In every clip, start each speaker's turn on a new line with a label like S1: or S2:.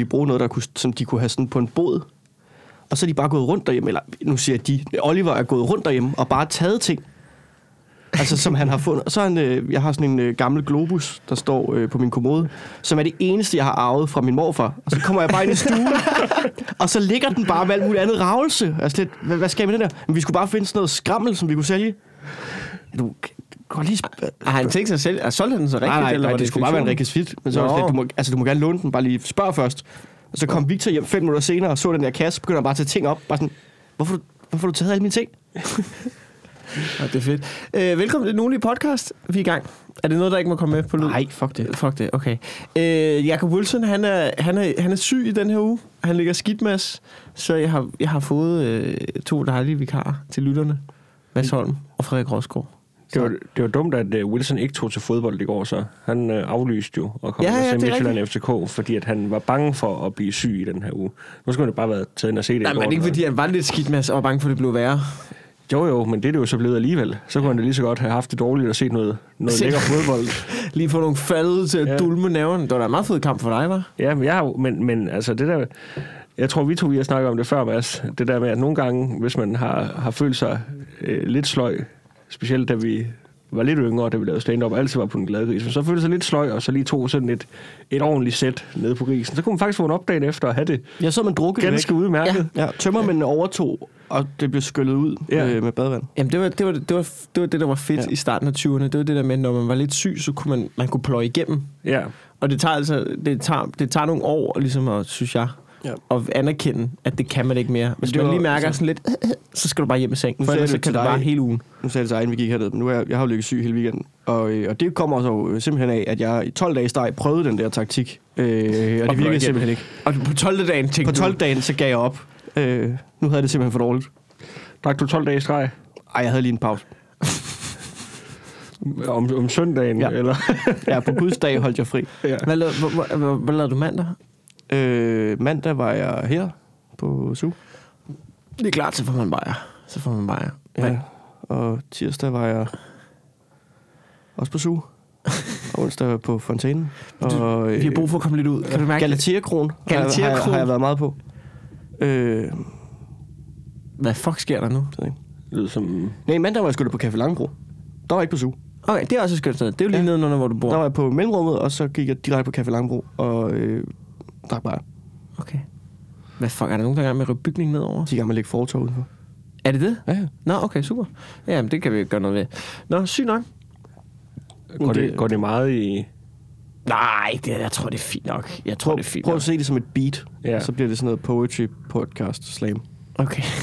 S1: vi bruge noget, der kunne, som de kunne have sådan på en båd. Og så er de bare gået rundt derhjemme, eller nu siger de, Oliver er gået rundt derhjemme og bare taget ting. Altså, som han har fundet. Og så har han, øh, jeg har sådan en øh, gammel globus, der står øh, på min kommode, som er det eneste, jeg har arvet fra min morfar. Og så kommer jeg bare ind i stuen, og så ligger den bare med alt muligt andet ravelse. Altså lidt, hvad, hvad skal jeg med den der? Men vi skulle bare finde sådan noget skrammel, som vi kunne sælge. Ja, Du går lige... Sp-
S2: Har han tænkt sig selv? Er solgt den så rigtigt?
S1: nej, nej,
S2: eller
S1: nej,
S2: var
S1: det, det skulle bare være en rigtig fit. Men så var det
S2: Nå.
S1: sådan lidt, du, må, altså, du må gerne låne den, bare lige spørg først. Og så kom Victor hjem fem minutter senere og så den der kasse, begynder han bare at tage ting op. Bare sådan, hvorfor, har du- hvorfor har du taget alle mine ting?
S2: Ja, det er fedt. Øh, velkommen til den ugenlige podcast. Vi er i gang. Er det noget, der ikke må komme med på lyd?
S1: Nej, fuck det.
S2: Fuck det, okay. Øh, Jacob Wilson, han er, han, er, han er syg i den her uge. Han ligger skidt, Mads. Så jeg har, jeg har fået øh, to dejlige vikarer til lytterne. Mads
S1: Mm.
S2: Holm og Frederik Rosgaard.
S3: Det var, det var dumt, at øh, Wilson ikke tog til fodbold i går, så han øh, aflyste jo og kom
S2: Ja,
S3: ja,
S2: ja,
S3: til
S2: det er
S3: Midtjylland FCK, fordi at han var bange for at blive syg i den her uge. Nu skulle han jo bare være taget ind og se det i
S2: Nej,
S3: går,
S2: men ikke
S3: eller
S2: fordi han var lidt skidt, Mads, og var bange for, at det blev værre.
S3: hvad? Jo jo, men det er det jo så blevet alligevel. Så kunne han da lige så godt have haft det dårligt og set noget, noget
S2: Se-
S3: lækker fodbold.
S2: Lige få nogle faldet til at ja.
S3: Ja.
S2: dulme næven. Det var da en meget fed kamp for dig, var?
S3: Ja, men, jeg har, jo- men, men altså det der... Jeg tror, vi to vi har snakket om det før, Mads. Det der med, at nogle gange, hvis man har, har følt sig øh, lidt sløj, specielt da vi var lidt yngre, da vi lavede stand-up, og altid var på den glade gris, men så følte sig lidt sløj, og så lige tog sådan et, et ordentligt sæt nede på grisen. Så kunne man faktisk få en opdagen efter at have det
S1: Jeg så, man drukket det
S3: ganske udmærket.
S1: Ja, tømmermændene overtog, og det blev skyllet ud
S3: Ja.
S1: øh, med badevand.
S2: Jamen, det var det, var, det, var, det, var det der var fedt ja.
S1: Ja.
S2: i starten af 20'erne. Det var det der med, at når man var lidt syg, så kunne man, man kunne pløje igennem.
S3: Ja. ja.
S2: Og det tager altså det tager, det tager nogle år, ligesom at, synes jeg,
S1: Ja.
S2: at anerkende, at det kan man ikke mere. Hvis
S1: det
S2: man
S1: var-
S2: lige mærker
S1: altså-
S2: sådan lidt, så skal du bare hjem i seng.
S1: Nu
S2: For
S1: sagde jeg
S2: ellers så
S1: det
S2: kan
S1: til
S2: det bare
S1: dig.
S2: hele ugen.
S1: Nu sagde jeg det til egen, vi gik herned, men nu er jeg, jeg har jo ligget syg hele weekenden. Og, øh, og det kommer så øh, simpelthen af, at jeg i 12 dage i streg prøvede den der taktik. Øh, og
S2: Og
S1: det virkede
S2: igen.
S1: simpelthen ikke.
S2: Og på 12. dagen tænkte
S1: På 12
S2: du,
S1: dagen, så gav jeg op. Øh, nu havde jeg det simpelthen for dårligt.
S3: Drak du 12 dage i streg
S1: Ej, jeg havde lige en pause.
S3: om, om søndagen?
S1: Ja.
S3: Ja. Eller?
S1: Ja, på Guds dag holdt jeg fri.
S3: ja.
S2: hvad lavede, hvor, hvor, hvor, hvad lavede du mandag?
S1: Øh, mandag var jeg her på SU.
S2: Det er klart, så får man bare. Så får man bare.
S1: Ja. Og tirsdag var jeg også på SU. Og onsdag var jeg på Fontænen. Og,
S2: Vi har brug for at komme lidt ud. Kan du mærke det?
S1: Galatea-kron har, jeg- har, jeg-
S2: Galatea-kron.
S1: har jeg været meget på. Øh,
S2: Hvad fuck sker der nu?
S3: Lød som...
S1: nej, mandag var jeg sgu da på Café Langebro. Der var jeg ikke på SU.
S2: Okay, det er også et skønt sted. Det er jo lige ja.
S1: Ja.
S2: nedenunder, hvor du
S1: Der
S2: bor.
S1: var jeg på mellemrummet, og så gik jeg direkte på Café Langebro og øh, drak bare.
S2: Okay. Hvad fuck, er der nogen, der er i gang med at rive bygningen nedover?
S1: De er i gang med at lægge fortog udenfor.
S2: Er det det?
S1: Ja, ja.
S2: Nå, okay, super. Jamen, det kan vi gøre noget ved. Nå, syg nok.
S3: Går det,
S1: det-
S3: går det meget i...
S2: Nej, det, jeg tror, det er fint nok. Jeg tror,
S1: Prøv,
S2: det er fint
S1: prøv
S2: nok.
S1: at se det som et beat.
S3: Ja.
S1: Ja. Så bliver det sådan noget poetry podcast slam.
S2: Okay.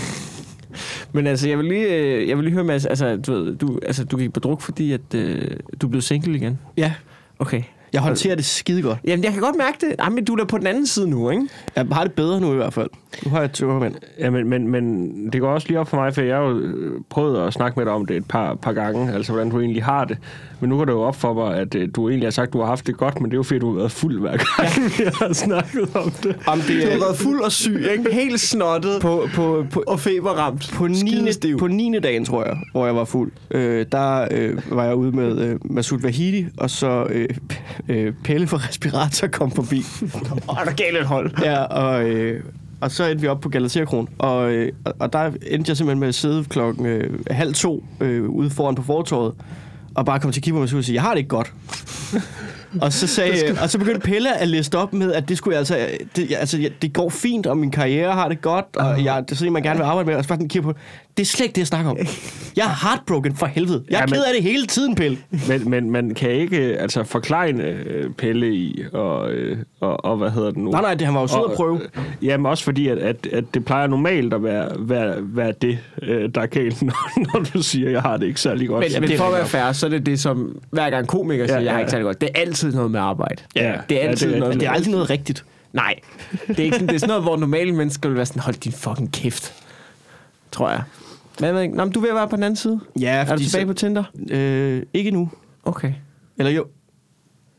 S2: Men altså, jeg vil lige, øh, jeg vil lige høre, Mads, altså, du, ved, du, altså, du gik på druk, fordi at, øh, du blev single igen.
S1: Ja.
S2: Okay.
S1: Jeg håndterer det skide godt.
S2: Jamen, jeg kan godt mærke det. Ej, men du er da på den anden side nu, ikke?
S1: Jeg har det bedre nu i hvert fald. Nu har jeg et tømmermænd.
S3: Ja, men, men, men det går også lige op for mig, for jeg har jo øh, prøvet at snakke med dig om det et par, par gange, altså hvordan du egentlig har det. Men nu går det jo op for mig, at øh, du egentlig har sagt, at du har haft det godt, men det er jo fordi, du har været fuld hver gang, ja. vi har snakket om det.
S1: Om
S2: Du
S1: det
S2: har
S1: er
S2: været fuld og syg, ikke? Helt snottet på, på, på, og feberramt.
S1: på 9.
S2: Skidestiv.
S1: på 9. dagen, tror jeg, hvor jeg var fuld, øh, der øh, var jeg ude med øh, Masud Vahidi, og så øh, øh, Pelle fra Respirator kom forbi.
S2: Åh, der gav lidt hold.
S1: ja, og, øh, og så endte vi op på Galaterkron, og, øh, og- og der endte jeg simpelthen med at sidde klokken øh, halv to øh, ude foran på fortorvet, og bare komme til Kipper Masud og sige, jeg har det ikke godt. og, så sagde, og så begyndte Pelle at liste op med, at det skulle jeg altså, øh, det, jeg- altså jeg, det går fint, og min karriere har det godt, og jeg, det er sådan en, man gerne vil arbejde med, og så bare sådan kigger på, det er slet ikke det, jeg snakker om. Jeg er heartbroken for helvede. Jeg er
S3: Ja, men-
S1: ked af det hele tiden, Pelle.
S3: Men, men man kan ikke øh, altså, forklejne øh, Pelle i, og, øh, og, og hvad hedder det nu?
S1: Nej, nej, det han var jo sød at prøve.
S3: øh, Jamen også fordi, at, at, at det plejer normalt at være, være, være det, øh, der er galt, når, når du siger, at jeg har det ikke særlig godt.
S2: Men, men
S1: det er
S2: for at være
S1: rigtigt.
S2: fair, så er det det, som hver gang komiker siger, ja,
S3: Ja,
S2: ja. jeg har
S3: ja.
S2: ikke særlig godt. Det er altid noget med arbejde.
S3: Ja,
S2: det
S3: ja,
S2: er altid
S3: det er-
S2: noget
S3: det
S1: Det
S2: med
S1: er aldrig noget rigtigt.
S2: Nej, det er, ikke sådan, det er sådan noget, hvor normale mennesker vil være sådan, hold din fucking kæft, tror jeg. Men, men, nå, men du er ved at være på den anden side.
S1: Ja,
S2: Er du tilbage på Tinder?
S1: på? Øh, ikke nu.
S2: Okay,
S1: Eller jo.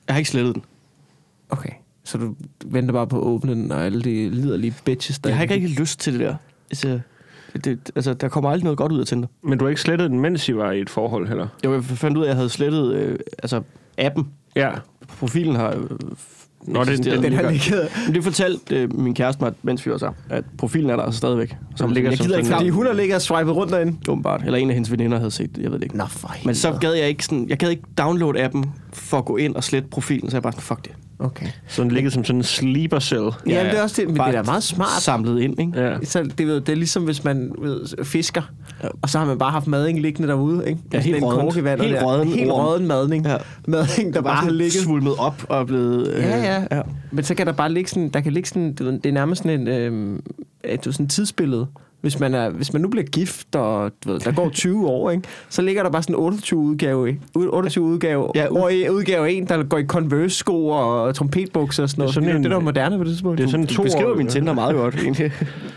S1: Jeg har ikke slettet den.
S2: okay. Så du venter bare på at åbne den, og alle de liderlige bitches, der...
S1: Jeg har ikke rigtig lyst til det der. Altså, det, altså, der kommer aldrig noget godt ud af Tinder.
S3: men du har ikke slettet den, mens I var i et forhold heller?
S1: Jo, jeg fandt ud af, at jeg havde slettet øh, altså, appen.
S3: Ja.
S1: Profilen har øh, f-
S3: Nå, den,
S1: eksisterede.
S3: den,
S2: Den
S3: den,
S2: har
S1: ligger-
S2: ligget.
S1: Men det fortalte øh, min kæreste mig, mens vi var sammen, at profilen er der altså stadigvæk. Som
S3: ligger
S1: jeg
S3: som
S1: gider
S3: sådan
S1: ikke
S3: en-
S2: Fordi
S1: frem,
S2: hun har ligget og swipet rundt derinde.
S1: åbenbart. Eller en af hendes veninder havde set det, jeg ved det ikke.
S2: Nå, for helvede.
S1: Men så gad jeg ikke, sådan, jeg gad ikke downloade appen for at gå ind og slette profilen, så jeg bare sådan, fuck det.
S2: Okay.
S3: sådan ligger som sådan en sleeper cell.
S2: Ja, Jamen, det er også det, men
S1: Bare
S2: det er da meget smart.
S1: Samlet ind, ikke?
S3: Ja.
S2: Så det, ved, det er ligesom, hvis man ved, fisker,
S1: Ja.
S2: og så har man bare haft mading liggende derude, ikke?
S1: Ja,
S2: Sådan
S1: helt
S2: en
S1: råddent.
S2: kork i vandet
S1: Helt
S2: der.
S1: rådden
S2: Helt
S1: orm.
S2: rådden madning.
S1: Ja.
S2: Ja. Mading, der bare har
S1: sådan
S2: ligget.
S1: svulmet op og blevet... Øh,
S2: Ja, ja, ja. Men så kan der bare ligge sådan, der kan ligge sådan, du, ved, det er nærmest sådan en, øh, et, du, ved, sådan et tidsbillede. Hvis man, er, hvis man nu bliver gift, og du ved, der går 20 år, ikke? så ligger der bare sådan 28 udgave, i- u- 28 udgave,
S1: Ja,
S2: ja,
S1: u-
S2: hvor i udgave en, der går i Converse-sko og trompetbukser og sådan noget. Det er sådan det, der var
S3: en-
S2: moderne på det tidspunkt.
S3: Det er sådan
S1: Du
S3: to
S1: beskriver
S3: år,
S2: øh.
S1: min Tinder meget godt, egentlig.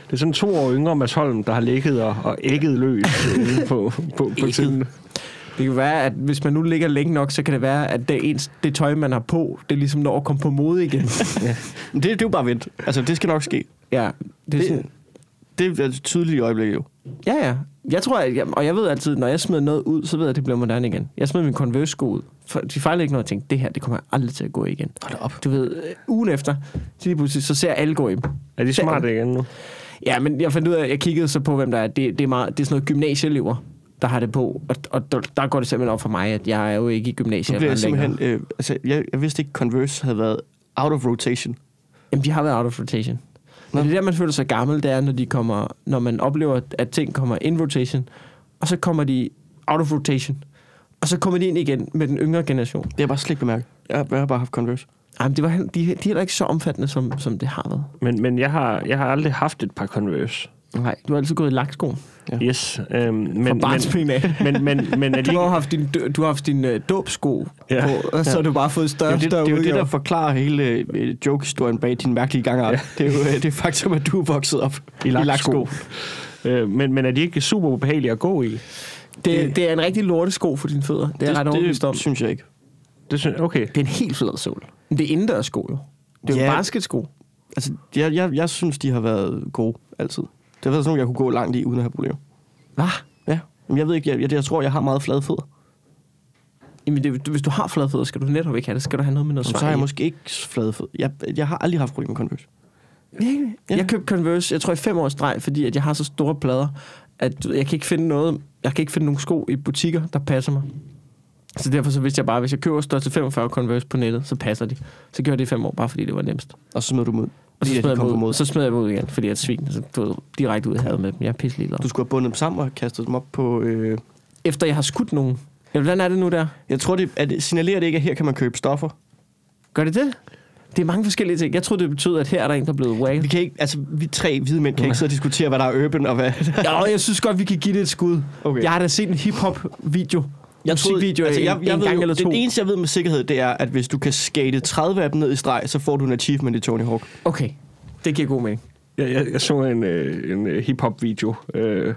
S3: Det er sådan to år yngre Mads Holm, der har ligget og, og ægget løs øh, på, på, på Tinder.
S2: Det kan være, at hvis man nu ligger længe nok, så kan det være, at det, ens, det tøj, man har på, det ligesom når at komme på mode igen.
S1: Men det, det er jo bare vent. Altså, det skal nok ske.
S2: ja, det er sådan,
S1: Det, det er tydeligt i øjeblikket jo.
S2: Ja, ja. Jeg tror, at jeg, og jeg ved altid, når jeg smider noget ud, så ved jeg, at det bliver moderne igen. Jeg smed min Converse-sko ud. For de fejlede ikke noget, og tænkte, det her, det kommer jeg aldrig til at gå i igen. Hold op. Du ved, øh, ugen efter, så lige pludselig, så ser jeg alle gå i dem.
S3: Er de
S2: Så-
S3: smarte igen nu?
S2: Ja, men jeg fandt ud af, jeg kiggede så på, hvem der er. Det, det, er, meget, det er sådan noget gymnasieelever, der har det på. Og, og der, der går det simpelthen op for mig, at jeg er jo ikke i
S1: Nu
S2: gymnasiet.
S1: bliver jeg simpelthen... Øh, altså, jeg, jeg vidste ikke, Converse havde været out of rotation.
S2: Jamen, de har været out of rotation.
S1: Nå.
S2: Men det er der, man føler sig gammel, det er, når, de kommer, når man oplever, at ting kommer in rotation, og så kommer de out of rotation, og så kommer de ind igen med den yngre generation.
S1: Det har jeg bare slet ikke bemærket. Jeg, har- jeg har bare haft Converse.
S2: Jamen, det var, heller- de, de er heller ikke så omfattende, som, som det har været.
S3: Men, men jeg, har, jeg har aldrig haft et par Converse.
S2: Nej, du har altid gået i laksko.
S1: Ja.
S3: Yes. Øhm, men,
S2: Fra
S3: men,
S2: barnsben af.
S3: men, men, men er de
S2: Du har jo
S3: ikke,
S2: haft din, dø- du har haft din øh, dåbsko
S3: Ja.
S2: ja. på, og så har du bare fået
S1: Det er jo
S2: større og
S1: det, det,
S2: større
S1: er jo det
S2: udgaver.
S1: der forklarer hele øh, joke-historien bag din mærkelige gangart. Ja. Det er jo øh, det er faktum, at du er vokset op
S3: i laksko. Øh, men, men er de ikke super ubehagelige at gå i?
S2: det, det, er en rigtig lortesko for dine fødder. Det er det, ret overbevist om.
S1: det synes jeg ikke.
S3: Det synes, okay.
S2: Det er en helt flad sol. Men det er indendørs sko jo. Det er jo
S1: Ja.
S2: en basketsko.
S1: Altså, jeg, jeg, jeg synes, de har været gode altid. Det har været sådan nogle, jeg kunne gå langt i, uden at have problemer.
S2: Hvad?
S1: Ja, men jeg ved ikke, jeg, jeg, jeg tror, jeg har meget flade fødder.
S2: Jamen, det, hvis du har flade fødder, skal du netop ikke have det. Skal du have noget med noget
S1: Så
S2: svar
S1: har jeg
S2: i.
S1: måske ikke flade fødder. Jeg, jeg har aldrig haft problemer med Converse.
S2: Virkelig?
S1: Ja.
S2: Jeg købte Converse, jeg tror i fem års streg, fordi at jeg har så store plader, at du ved, jeg kan ikke finde noget, jeg kan ikke finde nogen sko i butikker, der passer mig. Så derfor så vidste jeg bare, at hvis jeg køber størrelse 45 Converse på nettet, så passer de. Så gjorde jeg det i fem år, bare fordi det var nemmest.
S1: Og så smed du dem ud.
S2: Og så
S1: Lige da de
S2: smed, jeg
S1: kom
S2: dem
S1: på
S2: ud,
S1: mode.
S2: så smed jeg dem ud igen, fordi jeg svin, så du ved, direkte ud i havet med dem. Jeg er pisselig
S1: Du skulle have bundet dem sammen og kastet dem op på... Øh...
S2: Efter jeg har skudt nogen. Ja, hvordan er det nu der?
S1: Jeg tror, det, at det signalerer det ikke, at her kan man købe stoffer.
S2: Gør det det? Det er mange forskellige ting. Jeg troede, det betød, at her er der en, der er blevet wagged.
S1: Vi kan ikke, altså, vi tre hvide mænd kan ikke sidde og diskutere, hvad der er urban og hvad...
S2: Ja, og jeg synes godt, vi kan give det et skud.
S1: Okay.
S2: Okay. Jeg har da set en hip-hop-video. Jeg troede, video altså, jeg, en, jeg en
S1: ved
S2: gang
S1: jo,
S2: eller to.
S1: Det eneste, jeg ved med sikkerhed, det er, at hvis du kan skate 30 af dem ned i streg, så får du en achievement i Tony Hawk.
S2: Okay, det giver god mening.
S3: Jeg, jeg, jeg så en, øh, en øh, hip-hop-video øh,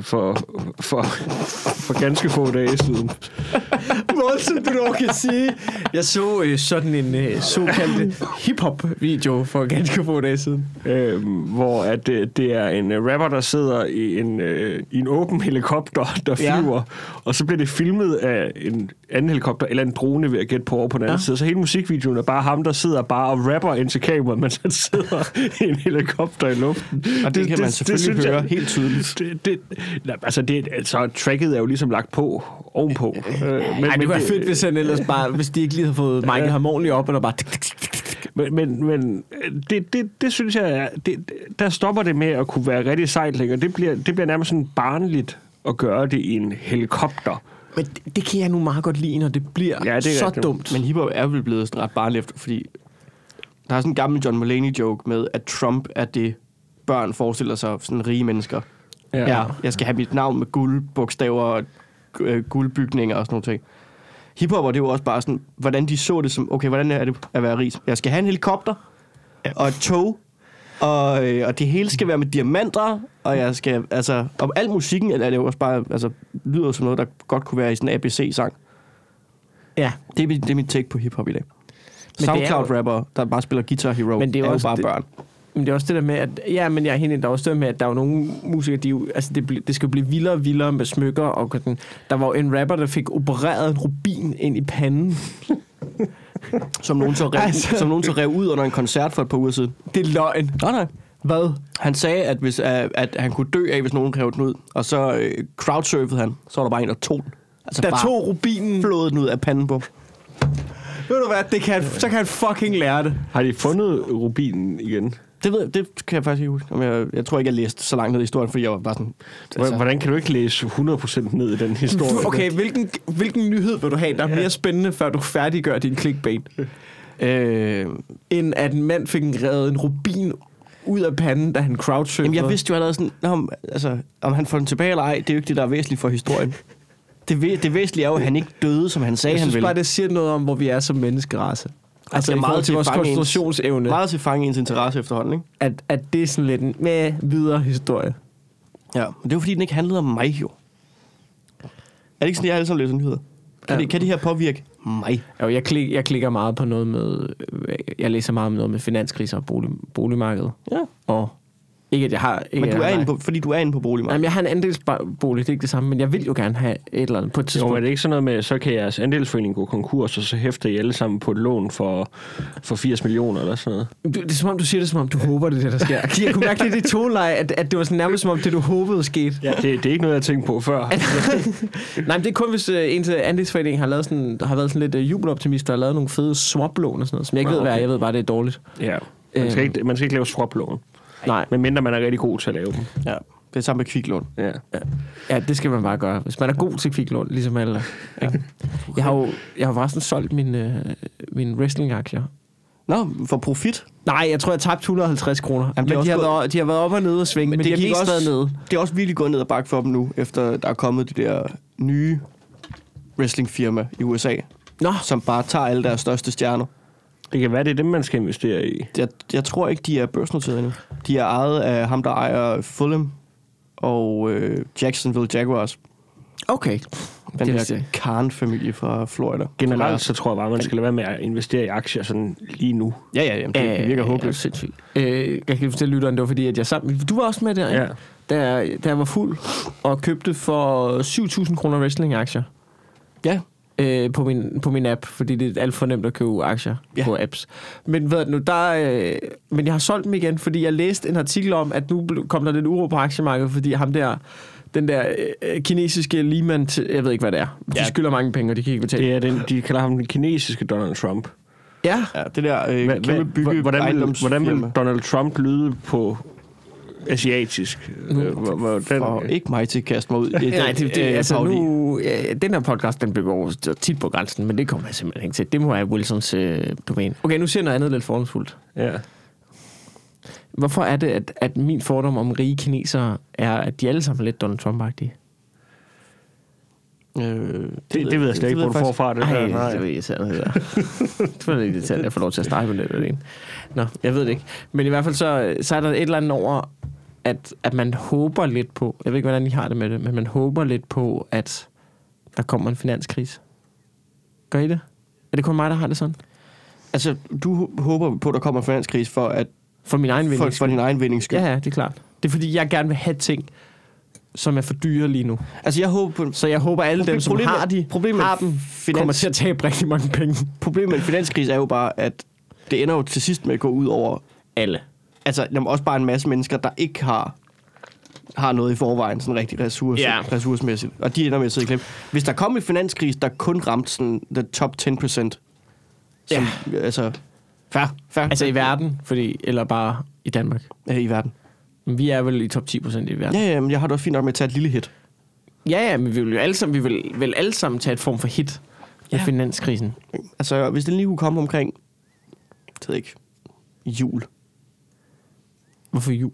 S3: for, for, for ganske få dage siden.
S2: Måden, du dog kan sige. Jeg så øh, sådan en øh, såkaldt hip-hop-video for ganske få dage siden.
S3: øh, hvor at, øh, det er en øh, rapper, der sidder i en, øh, i en åben helikopter, der
S2: Ja.
S3: flyver, og så bliver det filmet af en anden helikopter, eller en drone ved at gætte på over på den anden
S2: Ja.
S3: side. Så hele musikvideoen er bare ham, der sidder bare og rapper ind til kameraet, mens han sidder i en helikopter i luften.
S1: Og det, det kan man selvfølgelig
S3: synes
S1: høre jeg... helt tydeligt.
S3: Det, det, nej, altså, det, altså, tracket er jo ligesom lagt på ovenpå. Øh, men,
S2: Men, Ej, det
S3: men
S2: var fedt, hvis, han ellers bare, hvis de ikke lige havde fået Michael Harmonie op, og der bare...
S3: Men, men, men øh, det, det, det synes jeg, er- det, der stopper det med at kunne være rigtig sejt længere. Det bliver, det bliver nærmest sådan barnligt at gøre det i en helikopter.
S2: Men det, det kan jeg nu meget godt lide, når det bliver
S3: Ja,
S2: ja,
S3: det
S2: det
S3: er
S2: så
S3: rigtigt.
S2: dumt.
S1: Men hiphop er vel blevet sådan ret barnligt, fordi der er sådan en gammel John Mulaney-joke med, at Trump er det, børn forestiller sig, sådan rige mennesker.
S3: Ja.
S1: Ja. Jeg skal have mit navn med guldbogstaver og øh, guldbygninger og sådan noget ting. Hiphop var det jo også bare sådan, hvordan de så det som, okay, hvordan er det at være rig? Jeg skal have en helikopter ja. og et tog, og, øh, og det hele skal være med diamanter, og jeg skal, altså, og al musikken er det jo også bare, altså, lyder som noget, der godt kunne være i sådan en ABC-sang.
S2: Ja,
S1: Det er, mit- det er mit take på hiphop i dag.
S2: det er jo-
S1: Soundcloud-rapper, der bare spiller Guitar Hero, men det er, jo
S2: også
S1: bare
S2: det-
S1: børn.
S2: Men det er også det der med, at... Ja, men jeg er helt enig, der er også det der med, at der er jo nogle musikere, de, jo- altså det, bl- det skal jo blive vildere og vildere med smykker, og sådan, der var jo en rapper, der fik opereret en rubin ind i panden.
S1: Som nogen så rev,
S2: Altså.
S1: altså. som nogen så rev ud under en koncert for et par uger siden.
S2: Det er løgn.
S1: Nej, nej.
S2: Hvad?
S1: Han sagde, at, hvis, at, at han kunne dø af, hvis nogen rev den ud. Og så øh, crowdsurfede han. Så var der bare en, der tog den. Altså
S2: Der
S1: bare
S2: tog rubinen.
S1: flåede den ud af panden på. ham.
S2: Ved du hvad, det kan, han- så kan han fucking lære det.
S3: Har de fundet rubinen igen?
S1: Det, ved, jeg- det kan jeg faktisk ikke huske. Om Jeg, jeg tror ikke, jeg læste så langt ned i historien, fordi jeg var bare sådan...
S3: Altså. Hvordan kan du ikke læse 100% ned i den historie?
S2: Okay, hvilken, hvilken nyhed vil du have, der er mere spændende, før du færdiggør din clickbait?
S1: Øh,
S2: end at en mand fik en reddet en rubin ud af panden, da han crowdsurfede.
S1: Jamen, jeg vidste jo allerede sådan, nå, om, altså, om han får den tilbage eller ej, det er jo ikke det, der er væsentligt for historien. Det, væ- det væsentlige er jo, at han ikke døde, som han sagde,
S2: jeg
S1: han
S2: synes
S1: ville.
S2: bare, det siger noget om, hvor vi er som menneskerace. Altså, altså
S1: det er
S2: i
S1: meget
S2: forhold til
S1: til
S2: vores
S1: fange ens-
S2: koncentrationsevne,
S1: Meget til at fange ens interesse efterhånden, ikke?
S2: at, at det er sådan lidt en med videre historie.
S1: Ja, men det er jo, fordi den ikke handlede om mig, jo. Er det ikke sådan, at jeg alle sammen læser nyheder? Kan,
S2: Ja.
S1: ja. det, kan det her påvirke mig?
S2: Jo, jeg, klik, jeg klikker meget på noget med, øh, jeg læser meget om noget med finanskriser og bolig, boligmarkedet.
S1: Ja.
S2: Og ikke, at jeg har... Ikke,
S1: Men
S2: at
S1: du
S2: jeg
S1: er
S2: har
S1: inde på, fordi du er inde på boligmarkedet.
S2: Jamen, jeg har en andelsbolig, det er ikke det samme, men jeg vil jo gerne have et eller andet på et
S3: Jo,
S2: tidspunkt.
S3: men er det ikke sådan noget med, så kan jeres andelsforening gå konkurs, og så hæfter I alle sammen på et lån for, for 80 millioner eller sådan noget?
S2: Du, det er som om, du siger det, som om du håber, det er det, der sker. Jeg kunne mærke lidt i toneleje, at, at det var sådan nærmest som om, det du håbede skete.
S3: Ja. Altså- Det, det er ikke noget, jeg tænkte på før.
S2: Nej, men det er kun, hvis øh, ens andelsforening har, lavet sådan, har været sådan lidt øh, jubeloptimister og lavet nogle fede swaplån og sådan noget, som jeg ikke
S3: Nå,
S2: ved, hvad er.
S3: okay.
S2: Jeg ved bare, det er dårligt.
S3: Ja. Man skal, ikke, man skal ikke lave swap-lån,
S2: Nej,
S3: medmindre man er rigtig god til at lave dem.
S1: Ja. Det er samme med kviklån.
S3: Ja.
S2: ja, det skal man bare gøre. Hvis man er god til kviklån, ligesom alle. Ja. Jeg har jo jeg har forresten solgt min, øh, min wrestling-aktier.
S1: Nå, for profit.
S2: Nej, jeg tror, jeg tabte 150 kroner.
S1: er
S2: Men de,
S1: også
S2: har
S1: gået-
S2: været, de har været op og nede og svinge, men, men de har
S1: gik
S2: ikke også... nede.
S1: det er også virkelig gået ned ad bakke for dem nu, efter der er kommet de der nye wrestlingfirma i USA,
S2: Nå,
S1: som bare tager alle deres største stjerner.
S3: Det kan være, det er dem, man skal investere i.
S1: Jeg, jeg tror ikke, de er børsnoteret endnu. De er ejet af ham, der ejer Fulham og øh, Jacksonville Jaguars.
S2: okay.
S1: Den
S2: vidste jeg
S1: her
S2: ikke.
S1: Khan-familie fra Florida.
S3: Generelt så tror jeg bare, man skal lade være med at investere i aktier sådan lige nu.
S1: Ja, ja, jamen, det, det virker håbløst.
S2: sindssygt. Øh, jeg kan fortælle lytteren, det var fordi, at jeg sammen... Du var også med der, ikke?
S3: Ja.
S2: Da, da jeg var fuld og købte for 7.000 kroner wrestling-aktier
S1: Ja,
S2: øh, på, min, på min app, fordi det er alt for nemt at købe aktier ja.
S1: Ja.
S2: på apps. Men ved du nu, der, øh, men jeg har solgt dem igen, fordi jeg læste en artikel om, at nu blev- kom der lidt uro på aktiemarkedet, fordi ham der, den der øh, kinesiske Lehman, t- jeg ved ikke, hvad det er. De
S1: Ja.
S2: skylder mange penge, og de kan ikke betale.
S3: Det er den, de kalder ham den kinesiske Donald Trump.
S2: Ja,
S1: ja det der øh,
S3: Hva-
S1: kæmpe
S3: hva-
S1: bygge
S3: hvordan, vil,
S1: ejendomsfirma.
S3: hvordan vil Donald Trump lyde på asiatisk? Øh, hvor- hvor- den-
S1: For ikke mig til at kaste mig ud i
S2: Nej,
S1: den,
S2: det, det, øh, altså
S1: parodi.
S2: nu, øh, den her podcast, den bliver over tit på grænsen, men det kommer jeg simpelthen ikke til. Det må være Wilsons øh, domæne. Okay, nu siger jeg noget andet lidt fordomsfuldt.
S3: Ja.
S2: Hvorfor er det, at, at min fordom om rige kinesere er, at de alle sammen er lidt Donald Trump-agtige?
S1: Øh,
S3: Det, det ved jeg slet ikke, hvor du får
S1: faktisk-
S3: fra det
S2: Ej,
S3: der.
S2: det er
S3: Nej.
S2: jo irriterende, det der. det var lidt irriterende, at jeg får lov til at snakke med det alene. Nå, jeg ved det ikke. Men i hvert fald så, så er der et eller andet over, at, at man håber lidt på, jeg ved ikke, hvordan I har det med det, men man håber lidt på, at der kommer en finanskrise. Gør I det? Er det kun mig, der har det sådan?
S1: Altså, du håber på, at der kommer en finanskrise for, at,
S2: For min egen
S1: for,
S2: vindings
S1: for din egen vindings skyld.
S2: Ja, ja, det er klart. Det er fordi, jeg gerne vil have ting, som er for dyre lige nu.
S1: Altså, jeg håber på,
S2: Så jeg håber, alle dem, som
S1: Problemet-
S2: har de,
S1: problemet-
S2: har dem,
S1: finans-
S2: kommer til at tabe rigtig mange penge.
S1: problemet med en finanskrise er jo bare, at det ender jo til sidst med at gå ud over
S2: Alle.
S1: altså jamen, også bare en masse mennesker, der ikke har har noget i forvejen, sådan rigtig ressource,
S2: Ja.
S1: yeah. ressourcemæssigt. Og de ender med at sidde i klem. Hvis der kom en finanskrise, der kun ramte sådan the top 10 procent,
S2: Ja.
S1: altså, fair, fair.
S2: Altså i verden, fordi, eller bare i Danmark.
S1: Ja, i verden.
S2: Men vi er vel i top 10 procent i verden.
S1: Ja, ja, men jeg har det også fint nok med at tage et lille hit.
S2: Ja, ja, men vi vil jo alle sammen, vi vil, vil alle sammen tage et form for hit med
S1: Ja.
S2: finanskrisen.
S1: Altså, hvis den lige kunne komme omkring, det ved jeg ikke, jul.
S2: Hvorfor jul?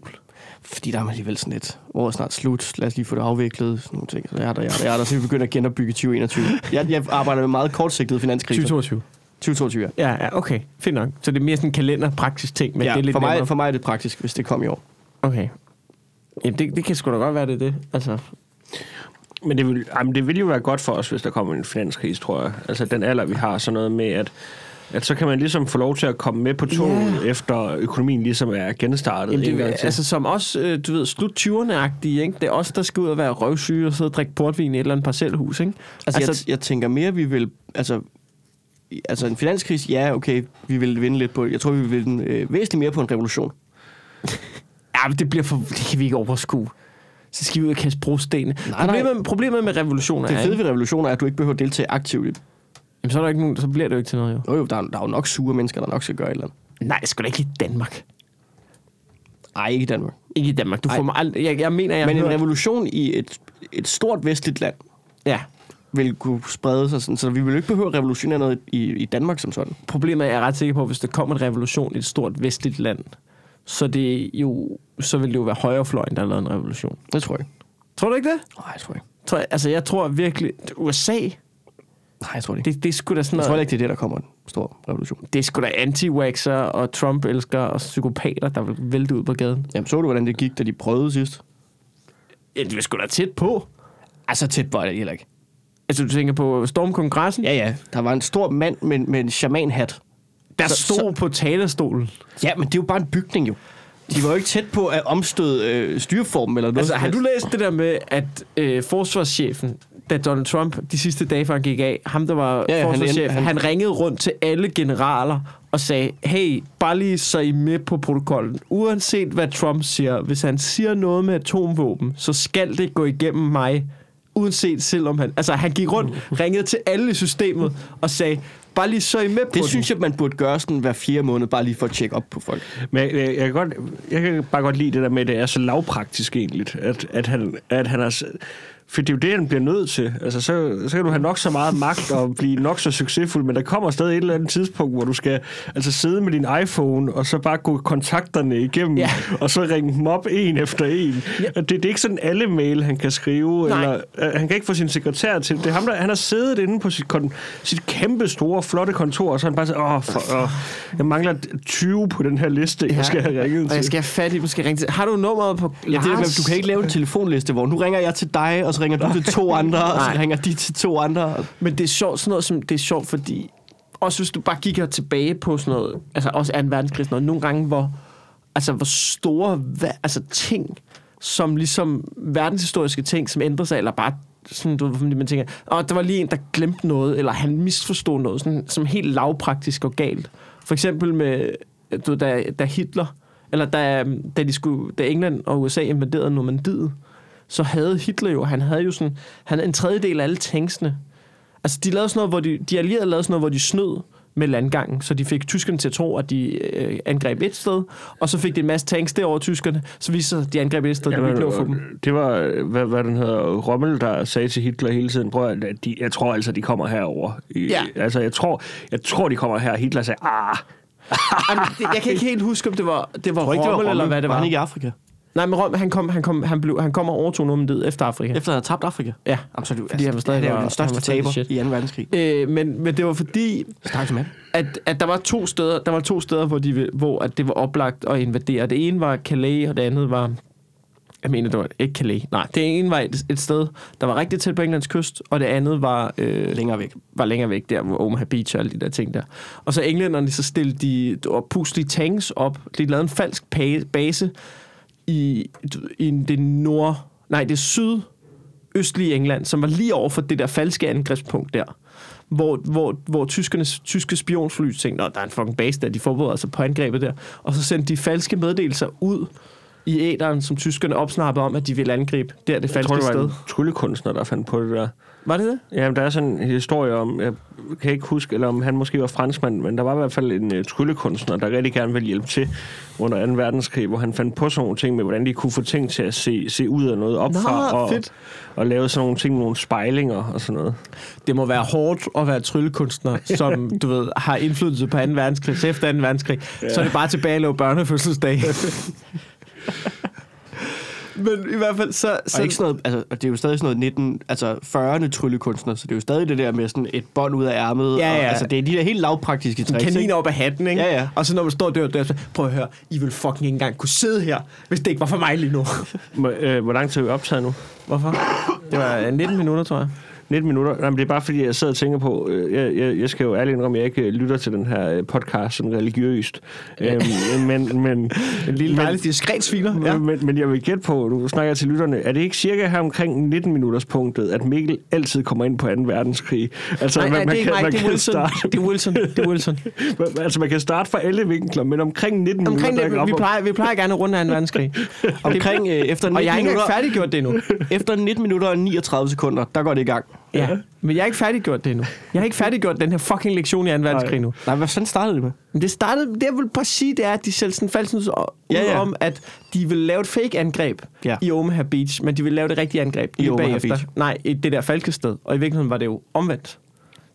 S1: Fordi der er man alligevel sådan lidt, året er snart slut, lad os lige få det afviklet, sådan nogle ting. Så jeg er der, jeg er der, jeg er der, så vi begynder at genopbygge 2021. Jeg, jeg arbejder med meget kortsigtede finanskriser.
S2: 2022.
S1: 2022, ja.
S2: Ja, ja, okay. Fint nok. Så det er mere sådan en kalenderpraktisk ting, men
S1: ja,
S2: det er lidt
S1: for, mig,
S2: nemmere.
S1: for mig er det praktisk, hvis det kom i år.
S2: Okay. Jamen, det, det kan sgu da godt være, det er det. Altså,
S3: Men det vil, jamen, det vil jo være godt for os, hvis der kommer en finanskrise, tror jeg. Altså den alder, vi har, sådan noget med, at, at så kan man ligesom få lov til at komme med på toget, yeah. efter økonomien ligesom er genstartet.
S2: Jamen,
S3: en
S2: det,
S3: gang
S2: er,
S3: til.
S2: altså som os, øh, du ved, slut 20'erne-agtige, ikke? Det er os, der skal ud og være røvsyge og sidde og drikke portvin i et eller andet parcelhus, ikke?
S1: Altså, altså jeg, jeg tænker mere, vi vil... Altså, altså en finanskrise, ja, okay, vi vil vinde lidt på, jeg tror, vi vil vinde øh, væsentligt mere på en revolution.
S2: Ja, men det, bliver for, det kan vi ikke overskue. Så skal vi ud og kaste brostenene.
S1: nej.
S2: Problemet, problemet med revolutioner
S1: Det
S2: er,
S1: fede
S2: ikke?
S1: ved revolutioner er, at du ikke behøver at deltage aktivt. i dem.
S2: Jamen, så, er der ikke nogen, så bliver det jo ikke til noget, jo.
S1: Jo, jo, der er, der er jo nok sure mennesker, der nok skal gøre et eller andet.
S2: Nej, sgu da ikke i Danmark.
S1: Ej, ikke i Danmark.
S2: Ikke i Danmark. Du får mig ald- jeg, jeg mener, jeg
S1: Men
S2: har
S1: en
S2: hørt-
S1: revolution i et, et stort vestligt land
S2: Ja.
S1: vil kunne sprede sig sådan, så vi vil ikke behøve at revolutionere noget i, i Danmark som sådan.
S2: Problemet er, jeg er ret sikker på, at hvis der kommer en revolution i et stort vestligt land, så, det jo, så vil det jo være højrefløjen, der har lavet en revolution.
S1: Det tror jeg ikke.
S2: Tror du ikke det?
S1: Nej, jeg tror ikke.
S2: Tror jeg, altså, jeg tror virkelig... USA,
S1: Nej, jeg tror det ikke.
S2: det, det er sgu da sådan
S1: Jeg
S2: noget...
S1: tror heller ikke, det er det, der kommer en stor revolution.
S2: det er sgu da anti-waxer og Trump-elskere og psykopater, der vil vælte ud på gaden.
S1: Jamen, så du, hvordan det gik, da de prøvede sidst?
S2: Ja, det er sgu da tæt på.
S1: Altså, tæt var det heller ikke.
S2: Altså, du tænker på Stormkongressen?
S1: Ja, ja. Der var en stor mand med, med en shamanhat.
S2: der
S1: så-
S2: stod på talerstolen.
S1: Ja, men det er jo bare en bygning, jo. De var jo ikke tæt på at omstøde øh, styreformen eller noget.
S2: Altså,
S1: som
S2: har
S1: helst.
S2: du læst det der med, at øh, forsvarschefen, da Donald Trump de sidste dage, før han gik af, ham der var
S1: Ja, ja,
S2: ja,
S1: han
S2: forsvarschef,
S1: endte- han-
S2: han, han, han ringede rundt til alle generaler og sagde, hey, bare lige så I er med på protokollen. Uanset hvad Trump siger, hvis han siger noget med atomvåben, så skal det gå igennem mig. Uanset selvom han... Altså, han gik rundt, ringede til alle i systemet og sagde, bare lige så I er med på
S1: Det synes jeg, man burde gøre sådan hver fjerde måned, bare lige for at tjekke op på folk.
S3: Men jeg, jeg, jeg, kan godt, jeg kan bare godt lide det der med, at det er så lavpraktisk egentlig, at, at han, at han er... s- For det er jo det, han bliver nødt til. Altså, så, så kan du have nok så meget magt og blive nok så succesfuld, men der kommer stadig et eller andet tidspunkt, hvor du skal altså, sidde med din iPhone, og så bare gå kontakterne igennem,
S2: Ja.
S3: ja. og så ringe dem op en efter en. Ja. Det, det er ikke sådan alle mail, han kan skrive,
S2: Nej.
S3: eller øh, han kan ikke få sin sekretær til. Det er ham, der, han har siddet inde på sit, kon, sit kæmpe, store, flotte kontor, og så har han bare sagt, åh, for, åh, jeg mangler 20 på den her liste, jeg skal have ringet
S2: Og jeg
S3: til.
S2: skal have fat i dem, skal jeg ringe til. Har du nummeret på Lars?
S1: Ja, det er, det, du kan ikke lave en telefonliste, hvor nu ringer jeg til dig, og så ringer du til to andre, og så
S2: Nej.
S1: ringer de til to andre.
S2: Men det er sjovt, sådan noget som, det er sjovt, fordi også hvis du bare kigger tilbage på sådan noget, altså også 2. verdenskrig, sådan noget, nogle gange, hvor, altså, hvor store hva- altså, ting, som ligesom verdenshistoriske ting, som ændrer sig, eller bare sådan, du ved, fordi man tænker, åh, der var lige en, der glemte noget, eller han misforstod noget, sådan, som helt lavpraktisk og galt. For eksempel med, du ved, da, da Hitler, eller da, da, de skulle, da England og USA invaderede Normandiet, så havde Hitler jo, han havde jo sådan, han havde en tredjedel af alle tanksene, Altså, de lavede sådan noget, hvor de, de allierede lavede sådan noget, hvor de snød med landgangen, så de fik tyskerne til at tro, at de øh, angreb et sted, og så fik de en masse tanks derover tyskerne, så viste det sig, at de angreb et sted, ja, det var ikke nå at få dem.
S3: det var, øh, hvad, hvad den hedder, Rommel, der sagde til Hitler hele tiden, prøv at, at de, jeg tror altså, de kommer herover.
S2: Ja.
S3: Altså, jeg tror, jeg tror, de kommer her. Hitler sagde, ah,
S2: Jamen, det- jeg kan ikke helt huske, om det var, det
S1: Tror
S2: var, Rommel,
S1: ikke, det var Rommel,
S2: eller hvad det var.
S1: han ikke i Afrika?
S2: Nej, men Rommel, han kom, han kom, han blev, han kom og overtog Normandiet efter Afrika.
S1: Efter at have tabt Afrika?
S2: Ja,
S1: Jamen, så er det jo,
S2: Fordi han var stadig
S1: altså, han er jo
S2: var-
S1: den
S2: han
S1: største
S2: var stadig
S1: taber
S2: shit.
S1: i 2. verdenskrig.
S2: øh, men, men det var fordi,
S1: Stakkels mand.
S2: at, at der var to steder, der var to steder hvor, de, vil- hvor at det var oplagt at invadere. Det ene var Calais, og det andet var... Jeg mener, det var ikke Calais. Nej, det ene var et, et sted, der var rigtig tæt på Englands kyst, og det andet var, øh,
S1: Længere væk.
S2: var længere væk, der hvor Omaha Beach og alle de der ting der. Og så englænderne, så stillede de og pustede de tanks op. De lavede en falsk pa- base i, i det nord... Nej, det syd østlige England, som var lige over for det der falske angrebspunkt der, hvor, hvor, hvor tyskernes, tyske spionfly tænkte, at der er en fucking base der, de forbereder sig på angrebet der, og så sendte de falske meddelelser ud i æderen, som tyskerne opsnappede om, at de ville angribe der det
S3: jeg tror,
S2: falske
S3: det
S2: sted.
S3: var en tryllekunstner, der fandt på det der.
S2: Var det det?
S3: Jamen, der er sådan en historie om, jeg kan ikke huske, eller om han måske var franskmand, men der var i hvert fald en uh, tryllekunstner, der rigtig gerne ville hjælpe til under 2. verdenskrig, hvor han fandt på sådan nogle ting med, hvordan de kunne få ting til at se, se ud af noget opfra,
S2: Nå,
S3: og,
S2: fedt.
S3: og lave sådan nogle ting med nogle spejlinger og sådan noget.
S2: Det må være hårdt at være tryllekunstner, som du ved, har indflydelse på 2. verdenskrig, til efter 2. verdenskrig. Ja. Så er det bare tilbage at lave børnefødselsdag. Men i hvert fald, så... så
S1: Og ikke sådan noget, altså, og det er jo stadig sådan noget 19, altså 40'erne tryllekunstner, så det er jo stadig det der med sådan et bånd ud af ærmet.
S2: Ja,
S1: Og,
S2: ja.
S1: altså, det er de der helt lavpraktiske tricks. ikke?
S2: kaniner op af hatten, ikke?
S1: Ja, ja.
S2: Og så når man står der, der så, prøv at høre, I vil fucking ikke engang kunne sidde her, hvis det ikke var for mig lige nu.
S3: Må- øh, Hvor lang tid er vi optaget nu?
S2: Hvorfor? Det var 19 minutter, tror jeg.
S3: 19 minutter. Nej, men det er bare fordi, jeg sidder og tænker på, øh, jeg, jeg, jeg skal jo ærligt indrømme, at jeg ikke øh, lytter til den her øh, podcast sådan religiøst. Øhm, men, men,
S2: En lille
S3: men,
S2: dejlig diskret sviner.
S3: Ja. Men, men jeg vil gætte på, nu snakker jeg til lytterne, er det ikke cirka her omkring 19 minutters punktet, at Mikkel altid kommer ind på 2. verdenskrig? Altså,
S2: Nej, nej, det er ikke mig,
S3: man
S2: det er
S3: kan
S2: Wilson.
S3: starte,
S2: Det er Wilson, det er Wilson.
S3: man- altså, man kan starte fra alle vinkler, men omkring 19
S2: Omkring
S3: minutter...
S2: det, vi plejer, vi plejer gerne at runde af en verdenskrig.
S1: Omkring, øh, efter 19
S2: Og jeg er ikke
S1: minutter,
S2: engang færdiggjort det endnu.
S1: efter 19 minutter og 39 sekunder, der går det i gang.
S2: Ja, men jeg er ikke færdiggjort det endnu. Jeg har ikke færdiggjort den her fucking lektion i 2. verdenskrig nu.
S1: Nej, hvad sådan startede det med?
S2: Men det startede, det jeg vil bare sige, det er, at de selv sådan faldt sådan ud
S1: Ja, ja.
S2: om, at de ville lave et fake angreb
S1: Ja.
S2: ja. i Omaha Beach, men de ville lave det rigtige angreb
S1: I
S2: lige
S1: Omaha
S2: bagefter.
S1: Beach.
S2: Nej, i det der falkested. Og i virkeligheden var det jo omvendt.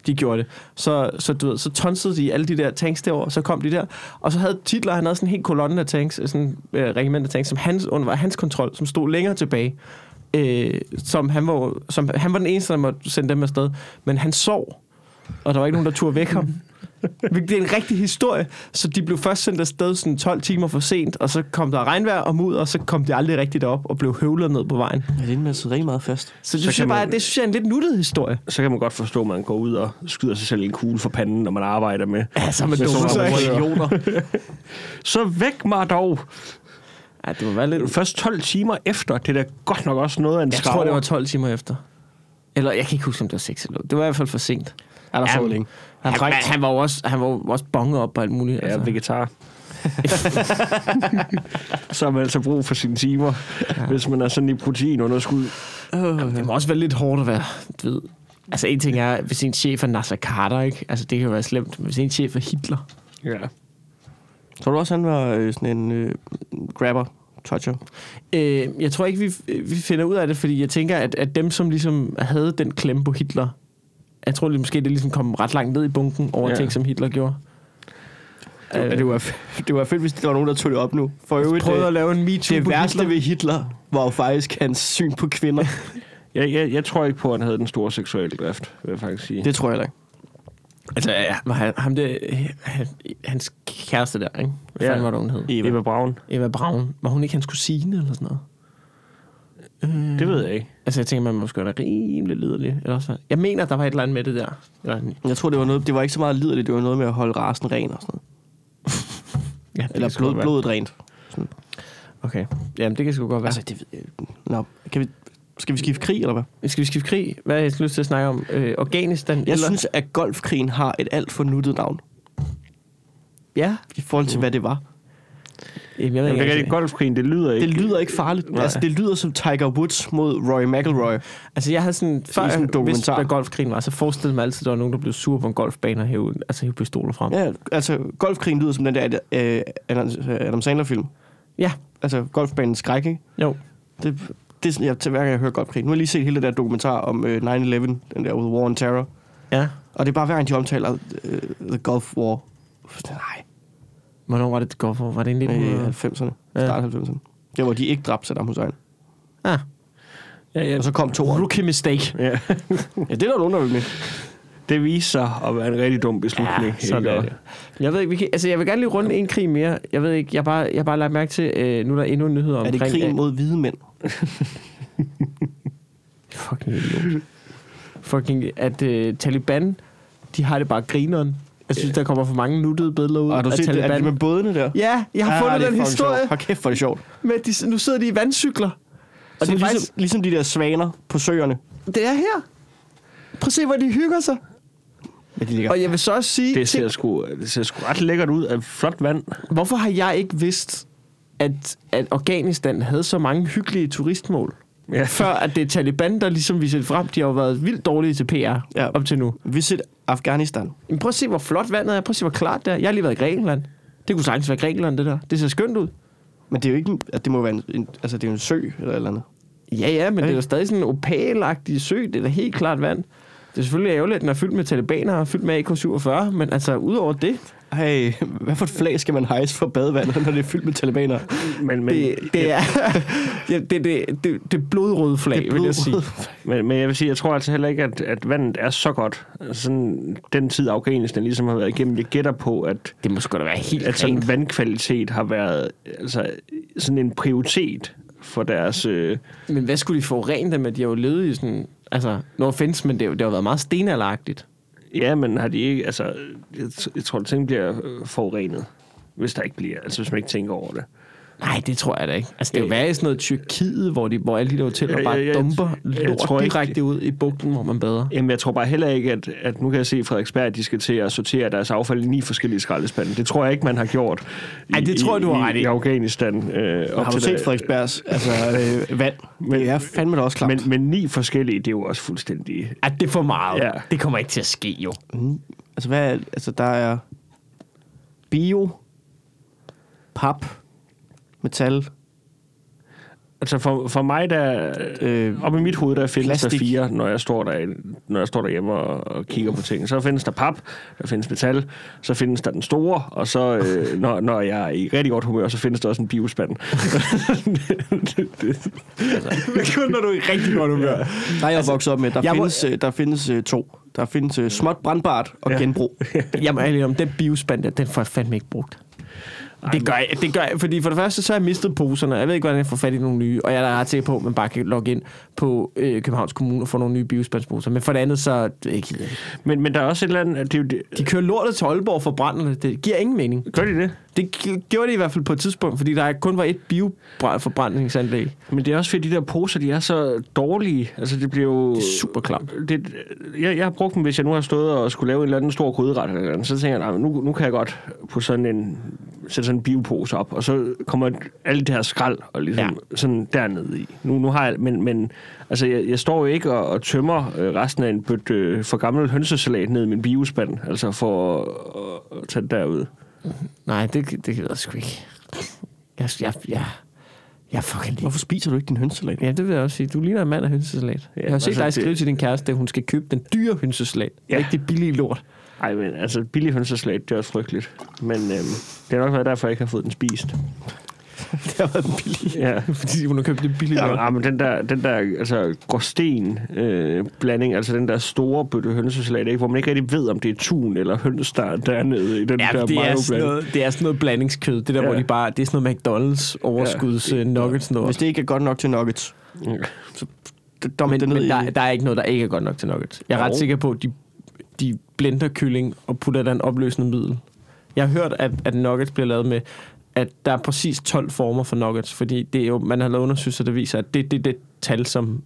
S2: De gjorde det. Så, så, du ved, så tonsede de alle de der tanks derover, og så kom de der. Og så havde Titler, han havde sådan en hel kolonne af tanks, sådan en øh, regiment af tanks, som hans, under hans kontrol, som stod længere tilbage. Øh, som, han var, som han var den eneste, der måtte sende dem afsted. Men han sov, og der var ikke nogen, der turde vække ham. Hvilket er en rigtig historie. Så de blev først sendt afsted sådan 12 timer for sent, og så kom der regnvejr og mudder, og så kom de aldrig rigtigt op og blev høvlet ned på vejen.
S1: Ja, det er med at sidde rigtig meget fast.
S2: Så det,
S3: Så
S2: så synes,
S3: kan
S2: jeg bare,
S3: man-
S2: det synes jeg er en lidt nuttet historie.
S3: Så kan man godt forstå, at man går ud og skyder sig selv en kugle for panden, når man arbejder med.
S2: Ja, så er man
S3: med
S2: dum,
S3: sådan
S2: så
S3: nogle
S2: ikke?
S3: rødder.
S1: Idioter.
S3: Så væk mig dog!
S2: Ja, det må være lidt...
S3: Først 12 timer efter, det er da godt nok også noget af en
S2: Jeg tror, det var 12 timer efter. Eller jeg kan ikke huske, om det var 6 eller 8. Det var i hvert fald for sent.
S1: Er der så
S2: Jamen,
S1: længe?
S2: Han, han, han var jo også, han var jo også bonget op og alt muligt. altså.
S3: Ja, vegetar. så har man altså brug for sine timer, ja. hvis man er sådan i proteinunderskud.
S2: Det må også være lidt hårdt at være, du ved. Altså en ting er, hvis en chef er Nasser Carter, ikke? Altså det kan jo være slemt. Men Hvis en chef er Hitler.
S3: Ja.
S1: Tror du også, han var øh, sådan en øh, grabber? Toucher.
S2: Øh, jeg tror ikke, vi, vi finder ud af det, fordi jeg tænker, at, at dem, som ligesom havde den klemme på Hitler, jeg tror lige, måske, det ligesom kom ret langt ned i bunken over
S3: Ja.
S2: ja. ting, som Hitler gjorde.
S1: Øh. Det, var, det var fedt, hvis der var nogen, der tog det op nu. For øvrigt,
S2: Prøvede at
S1: det,
S2: lave en MeToo
S1: det
S2: på
S1: værste
S2: Hitler.
S1: ved Hitler var jo faktisk hans syn på kvinder.
S3: Jeg, jeg, jeg tror ikke på, at han havde den store seksuelle drift, vil jeg faktisk sige. Det.
S1: Det tror jeg heller ikke.
S2: Altså, ja, var han, ham det, han, hans kæreste der, ikke? Hvad
S3: Ja.
S2: ja. fanden var det, hun hed?
S1: Eva.
S3: Eva Braun,
S2: Eva Braun. Var hun ikke hans kusine eller sådan noget?
S3: mm. det ved jeg ikke.
S2: Altså, jeg tænker, man måske være rimelig liderlig. Eller også, hvad? jeg mener, der var et eller andet med det der. Eller,
S1: Jeg tror, det var, noget, det var ikke så meget liderligt. Det var noget med at holde rasen ren og sådan noget.
S2: ja, det
S1: Eller
S2: kan sgu
S1: blod,
S2: godt være.
S1: blodet rent.
S2: Okay. Jamen, det kan sgu godt være.
S1: Altså, det ved jeg. Nå, kan vi, skal vi skifte krig, eller hvad?
S2: Skal vi skifte krig? Hvad har jeg lyst til at snakke om? Øh, Afghanistan?
S1: Jeg
S2: eller?
S1: synes, at golfkrigen har et alt for nuttet navn.
S2: Ja.
S1: I forhold til, hvad det var.
S2: Jamen, jeg ved
S3: Jamen, det er
S2: ikke,
S3: rigtig
S2: altså.
S3: golfkrigen, det lyder ikke.
S1: Det lyder ikke farligt.
S3: Nej.
S1: Altså, det lyder som Tiger Woods mod Roy McIlroy.
S2: altså, jeg havde sådan,
S1: sådan
S2: før
S1: en
S2: jeg vidste,
S1: dokumentar.
S2: hvad golfkrigen var, så forestillede jeg mig altid, at der var nogen, der blev sure på en golfbane og hævde, altså, hævde pistoler frem. Ja.
S1: Ja, altså, golfkrigen lyder som den der øh, Adam Adam Sandler-film.
S2: ja.
S1: Altså, golfbanen skræk, ikke?
S2: Jo.
S1: Det, det er sådan, jeg, til hver gang jeg hører golfkrig. Nu har jeg lige set hele det der dokumentar om øh, 9-11, den der with War on Terror.
S2: Ja.
S1: Og det er bare hver gang, de omtaler øh, The Gulf War. Sådan, Nej,
S2: Hvornår var det, det går for? Var det en
S1: i
S2: lille...
S1: 90'erne.
S2: øh, Ja.
S1: Start 90'erne. Der, hvor de ikke dræbte Saddam Hussein.
S2: Ah.
S3: Ja, ja.
S1: Og så kom toeren.
S2: Rookie mistake.
S3: ja.
S1: Ja, det er der nogen, der vil med.
S3: Det viser sig at være en rigtig dum beslutning.
S2: Ja, sådan
S3: ikke?
S2: er det. Jeg ved ikke, vi kan, altså jeg vil gerne lige runde en krig mere. Jeg ved ikke, jeg har bare, jeg har bare lagt mærke til, øh, nu er der endnu en nyhed
S1: Er
S2: omkring...
S1: det krigen mod hvide mænd?
S2: Fucking idiot. Fucking, at øh, Taliban, de har det bare grineren. Jeg synes, der kommer for mange nuttede billeder ud
S1: Og har du
S2: af
S1: set det,
S2: Taliban.
S1: er det med bådene der?
S2: Ja, jeg har
S1: Ah, det
S2: ja, fundet
S1: er
S2: den
S1: fucking
S2: historie.
S1: Sjovt. Hold kæft, hvor er det sjovt.
S2: Med de, nu sidder de i vandcykler.
S1: Og det er
S2: faktisk-
S1: ligesom, ligesom de der svaner på søerne.
S2: Det er her. Prøv at se, hvor de hygger sig.
S1: Ja, de ligger.
S2: Og jeg vil så også sige,
S3: Det
S2: det
S3: ser, sgu, det ser sgu ret lækkert ud af flot vand.
S2: hvorfor har jeg ikke vidst, at, at Afghanistan havde så mange hyggelige turistmål?
S3: Ja.
S2: Før at det er Taliban, der ligesom viser det frem. De har jo været vildt dårlige til PR
S1: Ja.
S2: ja. op til nu.
S1: Visit Afghanistan.
S2: Men prøv at se, hvor flot vandet er. Prøv at se, hvor klart det er. Jeg har lige været i Grækenland. Det kunne sagtens være Grækenland, det der. Det ser skønt ud.
S1: Men det er jo ikke, en- at det må være en, en altså det er jo en sø eller et eller andet.
S2: Ja, ja, men det er
S1: Ikke?
S2: jo stadig sådan en opalagtig sø. Det er da helt klart vand. Det er selvfølgelig ærgerligt, at den er fyldt med talibaner og fyldt med AK-47, men altså, udover det,
S1: Hey, hvad for et flag skal man hejse for badevandet, når det er fyldt med talibanere?
S3: Men, men,
S2: det, det er ja, det, det, det, det blodrøde flag, det
S1: Det
S2: vil jeg sige.
S1: blodrøde
S3: Men, men jeg vil sige, jeg tror altså heller ikke, at, at vandet er så godt. Altså, Sådan den tid, Afghanistan ligesom har været igennem. Jeg gætter på, at,
S2: Det må sgu da være helt
S3: at sådan vandkvalitet har været altså, sådan en prioritet for deres... Øh,
S2: Men hvad skulle de forurene det med? De har jo levet i sådan Altså, no offense, men det, er jo- det har jo været meget stenalderagtigt.
S3: Ja, men har de ikke... Altså, jeg, t- jeg tror, at ting bliver øh, forurenet, hvis der ikke bliver... Altså, hvis man ikke tænker over det.
S2: Nej, det tror jeg da ikke. Altså, det er jo værre i sådan noget Tyrkiet, hvor, de, hvor alle de der hoteller
S3: Ja,
S2: bare
S3: ja, ja,
S2: dumper
S3: jeg-
S2: lort
S3: jeg tror ikke-
S2: direkte ud i bugten, hvor man bader.
S3: Jamen, jeg tror bare heller ikke, at, at nu kan jeg se, at Frederiksberg de skal til at sortere deres affald i ni forskellige skraldespande. Det tror jeg ikke, man har gjort i,
S2: Ej, det tror jeg, du har
S3: i,
S2: ret i.
S3: i, i Afghanistan. Øh, op
S1: Har du
S3: til
S1: set
S3: da-
S1: Frederiksbergs altså, øh, vand? Men,
S3: Men-
S1: det er fandme da også klart. Men,
S3: Men, men ni forskellige, det er jo også fuldstændig...
S2: At det er for meget.
S3: Ja.
S2: Det kommer ikke til at ske, jo.
S1: altså, hvad er, altså, der er bio, pap, metal,
S3: Altså for, for mig, der...
S1: Øh,
S3: Øh, op i mit hoved, der findes
S1: plastik.
S3: der fire, når jeg står, der, når jeg står derhjemme og, og kigger på ting. Så findes der pap, der findes metal, så findes der den store, og så, øh, når, når jeg er i rigtig godt humør, så findes der også en biospand.
S2: Men kun når du er i rigtig godt humør.
S1: Der er jeg altså, vokset op med, der
S2: jeg må-
S1: findes, øh, der findes øh, to. Der findes øh, småt brandbart og ja. genbrug.
S2: Jamen, ærlig, om den biospand der, den får jeg fandme ikke brugt. Det gør, jeg, det gør jeg, fordi for det første, så har jeg mistet poserne. Jeg ved ikke, hvordan jeg får fat i nogle nye. Og jeg er da ret sikker på, at man bare kan logge ind på øh, Københavns Kommune og få nogle nye biospandsposer. Men for det andet, så... Det gider jeg ikke.
S3: men, men der er også et eller andet... Det er jo, det,
S2: De kører lortet til Aalborg for brænderne. Det giver ingen mening.
S3: gør de det?
S2: Det g- gjorde de i hvert fald på et tidspunkt, fordi der kun var et bioforbrændingsanlæg.
S3: Men det er også fordi, de der poser, de er så dårlige. Altså, det bliver jo... Det
S2: er super klamt.
S3: Det, jeg, jeg har brugt dem, hvis jeg nu har stået og skulle lave en eller anden stor koderet, eller andet, så tænker jeg, nej, men nu, nu kan jeg godt på sådan en, sætte sådan en biopose op, og så kommer alt det her skrald og ligesom ja. sådan dernede i. Nu, nu har jeg, men, men altså, jeg, jeg står jo ikke og, og tømmer øh, resten af en bøtte øh, for gammel hønsesalat ned i min biospand, altså for at, at tage det derud.
S2: Nej, det, det gider jeg sgu ikke. Jeg, jeg, jeg, jeg er fucking lige.
S1: Hvorfor spiser du ikke din hønselag?
S2: Ja, det vil jeg også sige. Du ligner en mand af hønsesalat. Ja, jeg har set
S3: altså,
S2: dig
S3: det-
S2: skrive til din kæreste, at hun skal købe den dyre hønsesalat. Ja.
S3: Ja.
S2: Ikke det billige lort.
S3: Ej, men altså, billig hønsesalat, det er også frygteligt. Men øhm, det har nok været derfor, jeg ikke har fået den spist.
S1: Det har været den billige.
S3: Ja.
S2: Fordi hun har købt det billige
S3: Ja, men,
S2: lort.
S3: ja, men den der, den der altså, gråsten-blanding, øh, blanding, altså den der store bøtte hønsesalat, ikke, hvor man ikke rigtig ved, om det er tun eller høns, der er dernede i den
S2: Ja,
S3: der
S2: det er, sådan
S3: mayo-blanding.
S2: noget, det er sådan noget blandingskød. Det der, ja.
S3: Ja.
S2: hvor de bare... Det er sådan noget McDonald's overskuds ja. nuggets noget.
S1: Hvis det ikke er godt nok til nuggets, så dump
S2: Men,
S1: det ned
S2: men
S1: i...
S2: der, der er ikke noget, der ikke er godt nok til nuggets. Jeg er ret
S1: Jo.
S2: sikker på, at de, de blender kylling og putter der en opløsende middel. Jeg har hørt, at, at nuggets bliver lavet med, at der er præcis 12 former for nuggets, fordi det er jo, man har lavet undersøgelser, der viser, at det er det, det tal, som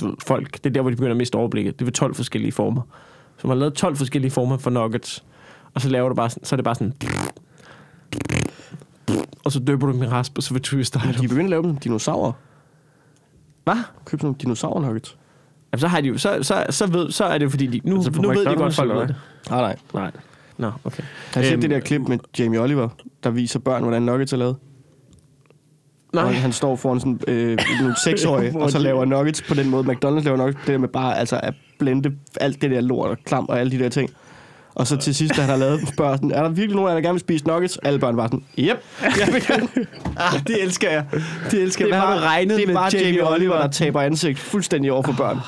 S2: du ved, folk, det er der, hvor de begynder at miste overblikket. Det er ved 12 forskellige former. Så man har lavet 12 forskellige former for nuggets, og så laver du bare sådan, så er det bare sådan, og så døber du dem i rasp, og så vil du style
S1: Men De er begyndt at lave dem dinosaurer.
S2: Hvad?
S1: Køb sådan nogle dinosaur nuggets.
S2: Jamen, så, har de jo, så, så, så, ved, så er det fordi, de, nu, altså nu ved de godt, folk ved det.
S1: Nej, nej.
S3: Nej.
S2: Nå, okay.
S1: Har I set
S2: Øhm,
S1: det der klip med Jamie Oliver, der viser børn, hvordan nuggets er lavet?
S2: Nej,
S1: Og han står foran sådan øh, nogle seksårige, og så laver nuggets på den måde. McDonald's laver nuggets på det der med bare altså, at blende alt det der lort og klam og alle de der ting. Og så til sidst, da han har lavet dem, spørger sådan, er der virkelig nogen, af jer, der gerne vil spise nuggets? Alle børn var sådan, yep, jeg vil gerne.
S2: ah, det elsker jeg. Det elsker jeg. Hvad har du regnet
S1: det er
S2: med
S1: bare Jamie Oliver, der
S2: Oliver?
S1: taber ansigt fuldstændig over for børn.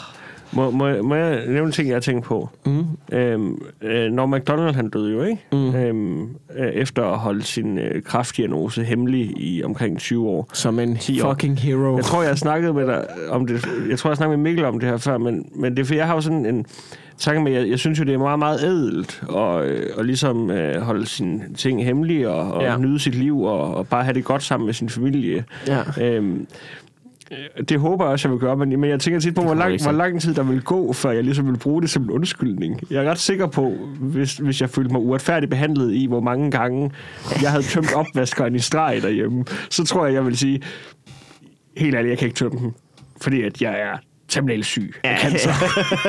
S3: Må, må, jeg- må jeg nævne en ting, jeg har tænkt på? Mm. Øhm, øh, når McDonald han døde jo, ikke? Mm. Øhm, øh, efter at holde sin øh, kraftdiagnose hemmelig i omkring 20 år.
S2: Som en
S3: år.
S2: fucking hero.
S3: Jeg tror, jeg har snakket med dig øh, om det. Jeg tror, jeg har snakket med Mikkel om det her før, men, men det er, for jeg har jo sådan en tanke med, jeg, jeg synes jo, det er meget, meget ædelt at, øh, at ligesom øh, holde sine ting hemmelige og, og
S2: Ja.
S3: ja. nyde sit liv og, og bare have det godt sammen med sin familie.
S2: Ja.
S3: Øhm, øh, det håber jeg også, jeg vil gøre, men, men jeg tænker tit på, hvor
S2: kommer du
S3: lang,
S2: ikke
S3: hvor
S2: til.
S3: lang tid der vil gå, før jeg ligesom vil bruge det som en undskyldning. Jeg er ret sikker på, hvis, hvis jeg følte mig uretfærdigt behandlet i, hvor mange gange jeg havde tømt opvaskeren i streg derhjemme, så tror jeg, jeg vil sige, helt ærligt, jeg kan ikke tømme den, fordi at jeg er terminal syg. Ja.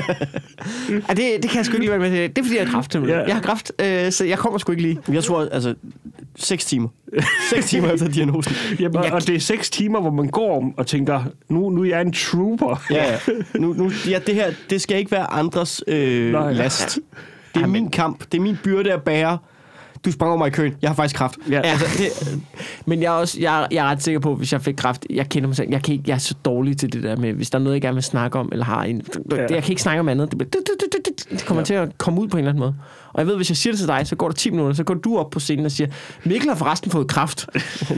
S2: Ah, det, det kan jeg sgu ikke lige være med til. Det er fordi, jeg har kraft. Yeah.
S3: Ja.
S2: Jeg har kraft, øh, så jeg kommer sgu ikke lige.
S1: Jeg tror, altså, 6 timer. 6 timer efter diagnosen.
S3: Jamen,
S2: Jeg-
S3: og, og det er seks timer, hvor man går om og tænker, nu, nu er jeg en trooper.
S1: Ja, ja. Nu, nu, ja, det her, det skal ikke være andres øh,
S3: Nej.
S1: last. Det er min kamp. Det er min byrde at bære. Du sprang over mig i køen. Jeg har faktisk kraft.
S3: Ja.
S2: Altså, det, men jeg er, også, jeg, er- jeg er ret sikker på, at hvis jeg fik kraft, jeg kender mig selv, jeg, kan ikke, jeg er så dårlig til det der med, hvis der er noget, jeg gerne vil snakke om, eller har en, ja. jeg
S3: Ja.
S2: kan ikke snakke om andet, det, bliver, det, det, det, det, det kommer ja. til at komme ud på en eller anden måde. Og jeg ved, hvis jeg siger det til dig, så går der 10 minutter, så går du op på scenen og siger, Mikkel har forresten fået kraft.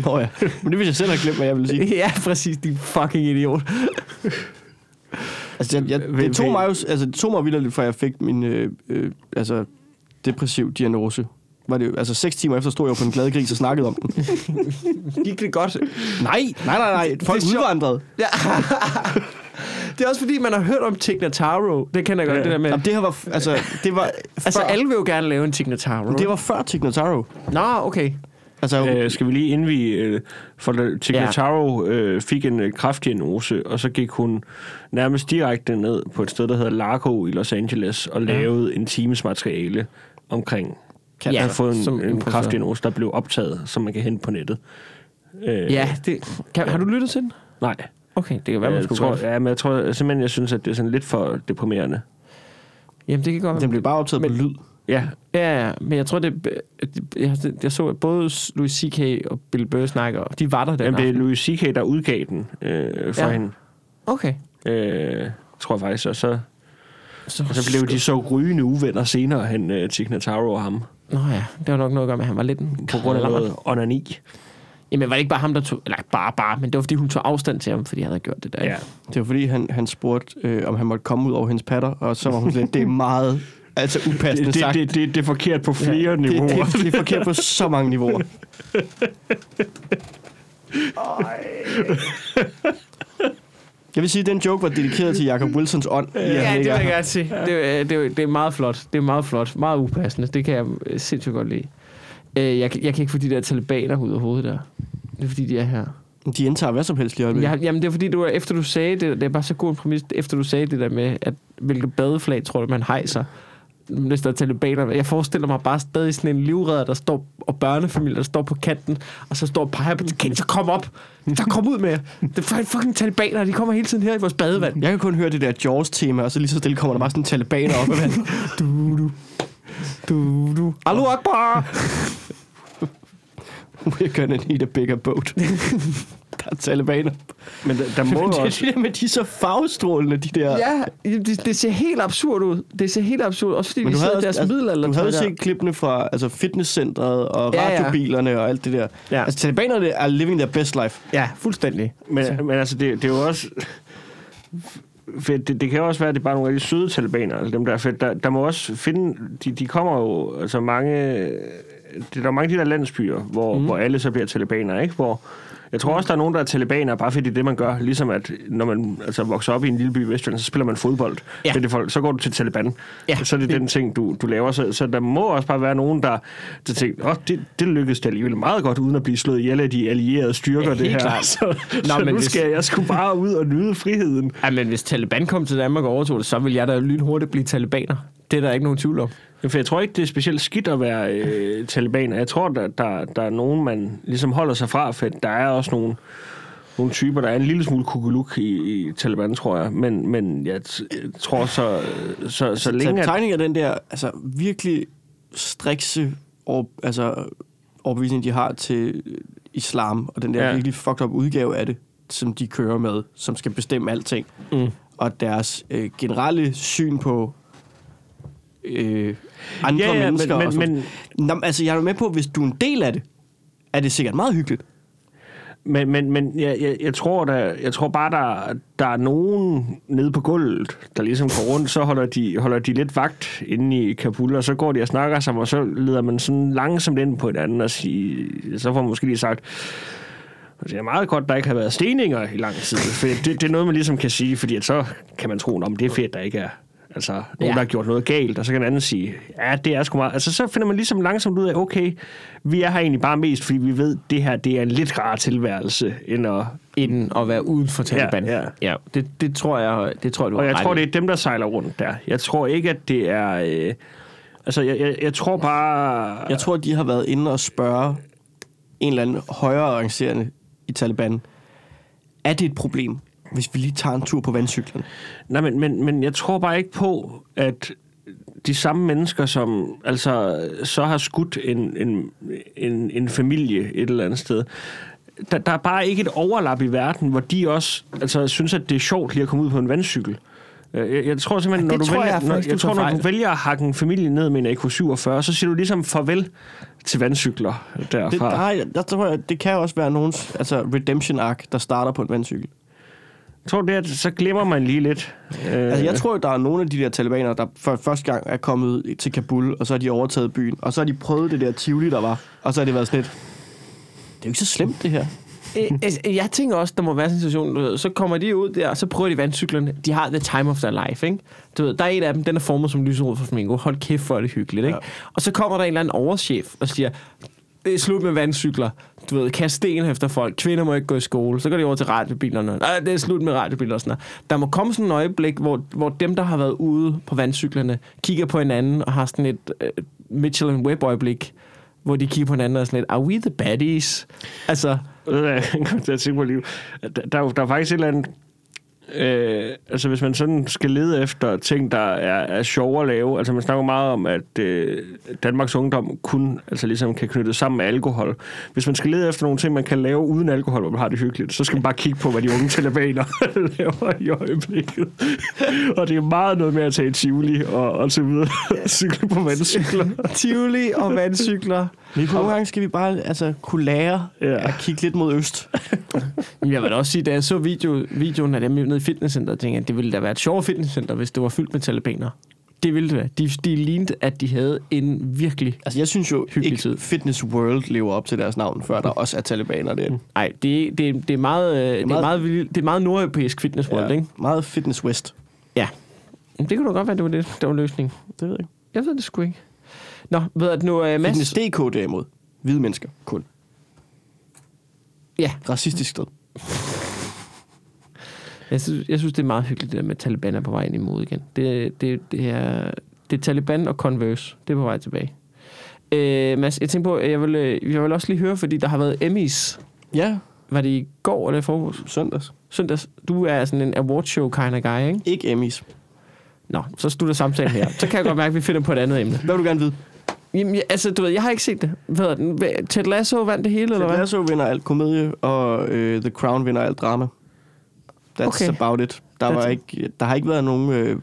S1: Nå ja. Men det vil jeg selv have glemt, hvad jeg ville sige.
S2: ja, præcis, din fucking idiot.
S1: Altså, jeg, jeg,
S3: Vil-
S1: det tog
S3: vil-
S1: mig jo, altså, det tog mig vildt, før jeg fik min øh, øh, altså, depressiv diagnose. Var det, jo- altså, seks timer efter stod jeg jo på en glad gris og snakkede om den.
S2: Gik det godt?
S1: nej, nej, nej, nej. Folk
S2: Det er sjovt.
S1: udvandrede.
S2: Ja. det er også fordi, man har hørt om Tignataro. Det kender jeg godt,
S3: Ja.
S2: ja. det der med.
S1: Jamen, det her var, f- altså, det var
S2: altså,
S1: før,
S2: alle vil jo gerne lave en Tignataro.
S1: det var før Tignataro.
S2: Nå, okay.
S1: Altså,
S3: Øh, skal vi lige indvige, øh, for da Tignataro øh, fik en øh, kraftdiagnose, og så gik hun nærmest direkte ned på et sted, der hedder Largo i Los Angeles, og lavede en times materiale omkring
S2: Kan-
S3: at have
S2: Ja,
S3: fået
S2: som
S3: en, en
S2: improvisør.
S3: kraftdiagnose, der blev optaget, som man kan hente på nettet. Øh,
S2: Ja, det, kan, har du lyttet til den?
S3: Nej.
S2: Okay, det kan være, man
S3: Jeg
S2: skulle
S3: tror,
S2: godt.
S3: ja, men jeg tror simpelthen, jeg synes, at det er sådan lidt for deprimerende.
S2: Jamen, det kan godt være.
S1: den blev bare optaget
S2: men-
S1: på lyd.
S3: Ja,
S2: Ja, ja, men jeg tror, det... Jeg, jeg så, at både Louis C.K. og Bill Burr snakker, og de var der den
S3: Jamen, det er
S2: aften.
S3: Louis C.K., der udgav den øh, for ja.
S2: Ja.
S3: hende,
S2: Okay.
S3: øh, tror jeg faktisk. Og så, og så blev de så rygende uvenner senere, han, øh, Tignataro og ham,
S2: Nå ja, det var nok noget at gøre med, at han var lidt en
S3: på grund af
S2: krallermand.
S3: noget onani.
S2: Jamen, var det ikke bare ham, der tog... Eller ikke bare, bare, men det var, fordi hun tog afstand til ham, fordi han havde gjort det der.
S3: Ja.
S2: ikke?
S1: Det var fordi, han, han spurgte, øh, om han måtte komme ud over hendes patter, og så var hun sådan lidt, det er meget altså, upassende
S3: Det, det,
S1: sagt.
S3: det, det, det er forkert på flere ja, niveauer.
S1: Det, det, det er forkert på så mange niveauer. Jeg vil sige, at den joke var dedikeret til Jacob Wilsons ånd. i, at han
S2: Ja,
S1: ikke
S2: det
S1: er
S2: vil jeg
S1: her.
S2: gerne sige. Det, er- det, er- det, er meget flot. Det er meget flot. Meget upassende. Det kan jeg øh, sindssygt godt lide. Øh, Jeg, kan- jeg kan ikke få de der talibaner ud af hovedet der. Det er fordi, de er her.
S1: De indtager hvad som helst lige i øjeblikket.
S2: Jeg, jamen, det er fordi, du, efter du sagde det, det er bare så god en præmis, efter du sagde det der med, at hvilket badeflag, tror du, man hejser, hvis der er talibaner. Jeg forestiller mig bare stadig sådan en livredder, der står, og børnefamilier, der står på kanten, og så står og peger på, kan I så komme op? Så kom ud med jer. Det er fucking- fucking talibaner, de kommer hele tiden her i vores badevand.
S1: Jeg kan kun høre det der Jaws-tema, og så lige så stille kommer der bare sådan en talibaner op ad vandet.
S2: Du, du. Du, du. Allahu Akbar!
S1: We're gonna need a bigger boat. der er talibaner.
S3: Men der, der må
S1: Men
S3: jo
S1: det,
S3: også...
S1: det der med, de er så farvestrålende, de der...
S2: Ja, det, det, ser helt absurd ud. Det ser helt absurd ud. Også fordi
S1: Men
S2: de
S1: du
S2: sidder i
S1: havde,
S2: deres
S1: altså,
S2: middelalder.
S1: du havde jo set klippene fra altså, fitnesscentret og
S2: Ja, ja.
S1: radiobilerne og alt det der.
S2: Ja.
S1: Altså, talibanerne er living their best life.
S2: Ja, fuldstændig.
S3: Men, men altså, det, det er jo også... For det, det kan jo også være, at det er bare nogle af de søde talibaner, altså dem der, for der, der må også finde, de, de kommer jo, altså mange, det, der er mange af de der landsbyer, hvor, mm. hvor alle så bliver talibaner, ikke? Hvor, jeg tror også, der er nogen, der er talibaner, bare fordi det er det, man gør. Ligesom at, når man altså, vokser op i en lille by i Vestjylland, så spiller man fodbold.
S2: Ja.
S3: Ja. Det folk, så går du til Taliban.
S2: Ja.
S3: Ja. Så er det den ting, du, du laver. Så, så der må også bare være nogen, der, der tænker, åh, det, det lykkedes det alligevel meget godt, uden at blive slået ihjel af de allierede styrker,
S2: Ja,
S3: det
S2: helt
S3: her.
S2: klart.
S3: Så, Nå, så
S2: men
S3: men nu
S2: hvis-
S3: skal jeg skulle bare ud og nyde friheden.
S2: Ja, men hvis Taliban kom til Danmark og overtog det, så ville jeg da lynhurtigt blive talibaner. Det er der ikke nogen tvivl om.
S3: For jeg tror ikke, det er specielt skidt at være øh, taliban. Jeg tror, der, der, der er nogen, man ligesom holder sig fra, for der er også nogle, nogle typer, der er en lille smule kukuluk i, i Taliban, tror jeg. Men, men jeg t- tror, så, så, så længe...
S1: Længe
S3: at-
S1: tegning af den der altså, virkelig strikse over, altså, overbevisning, de har til øh, islam, og den der
S3: Ja.
S1: ja. virkelig fucked up udgave af det, som de kører med, som skal bestemme alting. Mm. Og deres øh, generelle syn på øh, andre
S3: Ja, ja, men-
S1: mennesker.
S3: men-
S1: og sådan- Nå, men, altså, jeg er jo med på, hvis du er en del af det, er det sikkert meget hyggeligt.
S3: Men, men, men jeg, jeg, jeg, tror, der, jeg tror bare, der, der er nogen nede på gulvet, der ligesom går rundt, så holder de, holder de lidt vagt inde i Kabul, og så går de og snakker sammen, og så leder man sådan langsomt ind på hinanden og siger, så får man måske lige sagt, det er meget godt, der ikke har været steninger i lang tid. For det, det er noget, man ligesom kan sige, fordi at så kan man tro, om det er fedt, der ikke er altså, nogen,
S2: Ja.
S3: ja. der har gjort noget galt, og så kan den anden sige, ja, det er sgu meget. Altså, så finder man ligesom langsomt ud af, okay, vi er her egentlig bare mest, fordi vi ved, det her, det er en lidt rar tilværelse, end at...
S2: Inden at være uden for Taliban.
S3: Ja, ja.
S2: ja det, det, tror jeg, det tror jeg, du
S3: Og
S2: har
S3: jeg
S2: ret
S3: tror,
S2: i.
S3: det er dem, der sejler rundt der. Jeg tror ikke, at det er... Øh, altså, jeg, jeg, jeg tror bare...
S1: Jeg tror, de har været inde og spørge en eller anden højere arrangerende i Taliban. Er det et problem, hvis vi lige tager en tur på vandcyklen?
S3: Nej, men, men, men jeg tror bare ikke på, at de samme mennesker, som altså, så har skudt en, en, en, en familie et eller andet sted, der, der er bare ikke et overlap i verden, hvor de også altså, synes, at det er sjovt lige at komme ud på en vandcykel. Øh, Jeg, jeg tror simpelthen,
S2: Ja,
S3: når
S2: det
S3: du,
S2: tror
S3: vælger,
S2: jeg
S3: når,
S2: faktisk,
S3: jeg
S2: du
S3: tror,
S2: tager
S3: når du
S2: fejl.
S3: vælger at hakke en familie ned med en AK-47, så siger du ligesom farvel til vandcykler derfra.
S1: Det, nej, der, tror jeg, det kan også være nogens altså redemption arc, der starter på en vandcykel.
S3: Tror du det, at så glemmer man lige lidt? Øh,
S1: Altså, jeg tror, der er nogle af de der talibanere, der for første gang er kommet til Kabul, og så har de overtaget byen, og så har de prøvet det der Tivoli, der var, og så har det været sådan lidt, det er jo ikke så slemt, det her.
S2: Øh, altså, Jeg tænker også, der må være sådan en situation, du ved, så kommer de ud der, og så prøver de vandcyklerne. De har the time of their life, ikke? Du ved, der er en af dem, den er formet som lyserød for flamingo. Hold kæft, hvor er det hyggeligt, ikke? Og så kommer der en eller anden overchef og siger, det er slut med vandcykler. Du ved, kast sten efter folk. Kvinder må ikke gå i skole. Så går de over til radiobilerne. Nej, det er slut med radiobiler og sådan noget. Der må komme sådan et øjeblik, hvor, hvor dem, der har været ude på vandcyklerne, kigger på hinanden og har sådan et øh, Mitchell and Webb-øjeblik, hvor de kigger på hinanden og er sådan lidt, are we the baddies? Altså,
S3: Ved du hvad, jeg kom til at tænke på lige. nu? Der, der, er jo- der er faktisk et eller andet... Øh, altså hvis man sådan skal lede efter ting, der er, er sjove at lave. Altså man snakker meget om, at øh, Danmarks ungdom kun altså ligesom kan knyttes sammen med alkohol. Hvis man skal lede efter nogle ting, man kan lave uden alkohol, hvor man har det hyggeligt, så skal man bare kigge på, hvad de unge talibaner laver i øjeblikket. og det er meget noget med at tage i Tivoli og, og så videre. Cykle på vandcykler.
S2: Tivoli og vandcykler.
S1: Men på nogle gange skal vi bare altså, kunne lære
S3: Ja.
S1: at kigge lidt mod øst.
S2: Jeg vil da også sige, da jeg så video, videoen af dem nede i fitnesscenteret, tænkte jeg, at det ville da være et sjovt fitnesscenter, hvis det var fyldt med talibaner. Det ville det være. De, de lignede, at de havde en virkelig...
S1: Altså, jeg synes jo
S2: Hyggelig
S1: ikke,
S2: tid. Mhm.
S1: Fitness World lever op til deres navn, før der også er talibaner det.
S2: Nej, det, det, det, er meget, øh, det, er
S1: meget-
S2: meget, vild- det er meget nordeuropæisk fitness world, ja. ikke?
S1: Meget Fitness West.
S2: Ja. Men Det kunne da godt være, det var det, der var løsningen.
S1: Det ved jeg ikke.
S2: Jeg ved det sgu ikke. Nå, ved at nu er uh, Mads...
S1: Fitness DK derimod. Hvide mennesker kun.
S2: Ja,
S1: Racistisk sted.
S2: Mm. jeg synes, jeg synes, det er meget hyggeligt, det der med at Taliban er på vej ind i mode igen. Det, det, det, er, det er Taliban og Converse. Det er på vej tilbage. Øh, Mads, jeg tænkte på, at jeg vil, øh, jeg vil også lige høre, fordi der har været Emmys.
S1: Ja,
S2: Var det i går eller i forgårs?
S1: søndags.
S2: Søndags. Du er sådan en awardshow kind of guy, ikke?
S1: Ikke Emmys.
S2: Nå, så slutter samtalen her. Så kan jeg godt mærke, at vi finder på et andet emne.
S1: Hvad vil du gerne vide?
S2: Jamen, jeg, altså, du ved, jeg har ikke set det. Hvad er den? Hvad- Ted Lasso vandt det hele, eller
S1: Ted
S2: hvad?
S1: Lasso vinder alt komedie, og øh, The Crown vinder alt drama. That's okay.
S2: Okay.
S1: about it. Der,
S2: That's
S1: var
S2: it.
S1: ikke, der har ikke været nogen... Øh,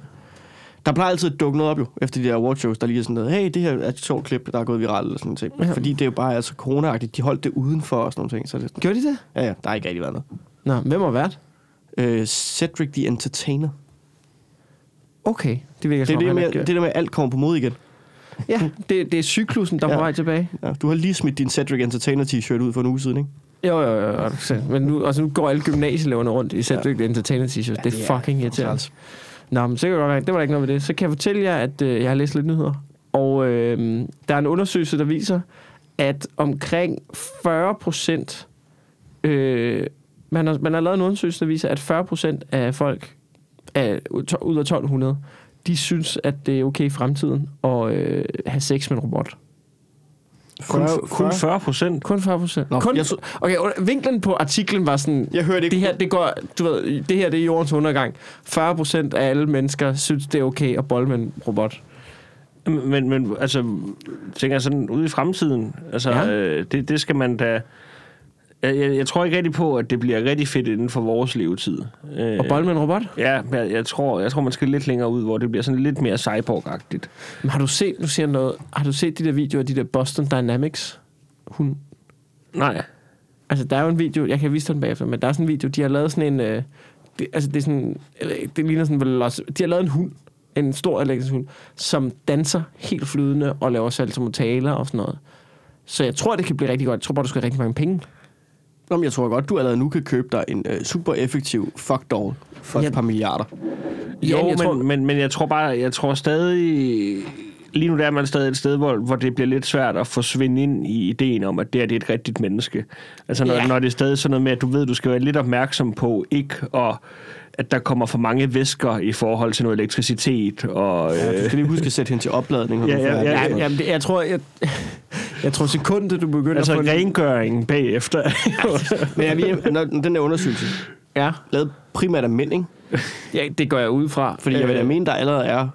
S1: der plejer altid at dukke noget op jo, efter de der awardshows, der lige er sådan noget, hey, det her er et sjovt klip, der er gået viralt, eller sådan noget.
S2: Ja.
S1: Ja. Fordi det er jo bare altså corona-agtigt. De holdt det udenfor og sådan nogle ting. Så det, er sådan-
S2: Gjorde de det?
S1: ja, ja, der har ikke rigtig været noget.
S2: Nå, hvem har været?
S1: Øh, Cedric the Entertainer.
S2: Okay, det virker
S1: Det er
S2: som om,
S1: det,
S2: han
S1: med,
S2: ikke gjorde
S1: det der med, at alt kommer på mod igen.
S2: det. Ja, det, det er cyklusen, der er på
S1: Ja.
S2: vej tilbage.
S1: Ja, du har lige smidt din Cedric Entertainer t-shirt ud for en uge siden, ikke?
S2: Jo, jo, jo. jo. Så- Men nu, altså, nu går alle gymnasieleverne rundt i Cedric ja. Entertainer t-shirts. Ja, det, det er fucking irriterende.
S1: træls.
S2: Nå, men så kan det godt være, det var der ikke noget ved det. Så kan jeg fortælle jer, at øh, jeg har læst lidt nyheder. Og øh, der er en undersøgelse, der viser, at omkring 40 procent... Øh, man, har, man har lavet en undersøgelse, der viser, at 40 procent af folk af, ud ud af 1200, de synes, at det er okay i fremtiden at øh, have sex med en robot.
S3: Kun,
S1: 40
S3: kun 40 procent.
S2: Kun 40 procent.
S1: Nå,
S2: Kun,
S1: jeg så-
S2: okay, under- vinklen på artiklen var sådan,
S1: Jeg hørte ikke-
S2: det her, det, går, du ved, det her det er jordens undergang. 40 procent af alle mennesker synes, det er okay at bolle med en robot.
S3: Men, men altså, tænker jeg sådan ude i fremtiden, altså,
S2: Ja.
S3: ja. øh, det, det skal man da... Jeg, jeg, jeg tror ikke rigtig på, at det bliver rigtig fedt inden for vores levetid. Øh,
S2: Og bolle med en robot?
S3: Ja, men jeg, jeg, tror, jeg tror, man skal lidt længere ud, hvor det bliver sådan lidt mere cyborg-agtigt.
S2: Men har du set, nu siger jeg noget, har du set de der videoer af de der Boston Dynamics? Hun,
S3: Nej.
S2: altså der er jo en video, jeg kan vise dig den bagefter, men der er sådan en video, de har lavet sådan en, øh, det, altså det er sådan, jeg ved ikke, det ligner sådan, vel også, de har lavet en hund, en stor elektrisk hund, som danser helt flydende og laver saltomotaler og sådan noget. Så jeg tror, det kan blive rigtig godt. Jeg tror bare, du skal have rigtig mange penge.
S1: Nå, men jeg tror godt, du allerede nu kan købe dig en øh, super effektiv fuck doll for
S2: Ja.
S1: et par milliarder.
S3: Jo,
S2: Ja,
S3: ja,
S2: men
S3: men,
S2: jeg
S3: men,
S2: tror-
S3: men, jeg tror bare, jeg tror stadig... Lige nu der er man stadig et sted, hvor, hvor det bliver lidt svært at forsvinde ind i ideen om, at det, her, det er et rigtigt menneske. Altså når,
S2: Ja.
S3: ja. når det er stadig sådan noget med, at du ved, du skal være lidt opmærksom på ikke at, at der kommer for mange væsker i forhold til noget elektricitet. Og,
S1: Du
S3: øh,
S1: skal lige huske at sætte hende til opladning. når du
S3: Ja,
S1: er
S3: ja,
S1: færdig.
S3: ja,
S2: Ja, jamen, det, jeg tror, jeg, jeg tror sekundet, du begynder
S3: altså
S2: at få en-
S3: rengøring bagefter.
S1: Men er vi, når, den der undersøgelse,
S2: Ja,
S1: lavet primært af mænd, ikke?
S2: ja, det går jeg ud fra.
S1: Fordi øh, jeg vil da mene, der allerede er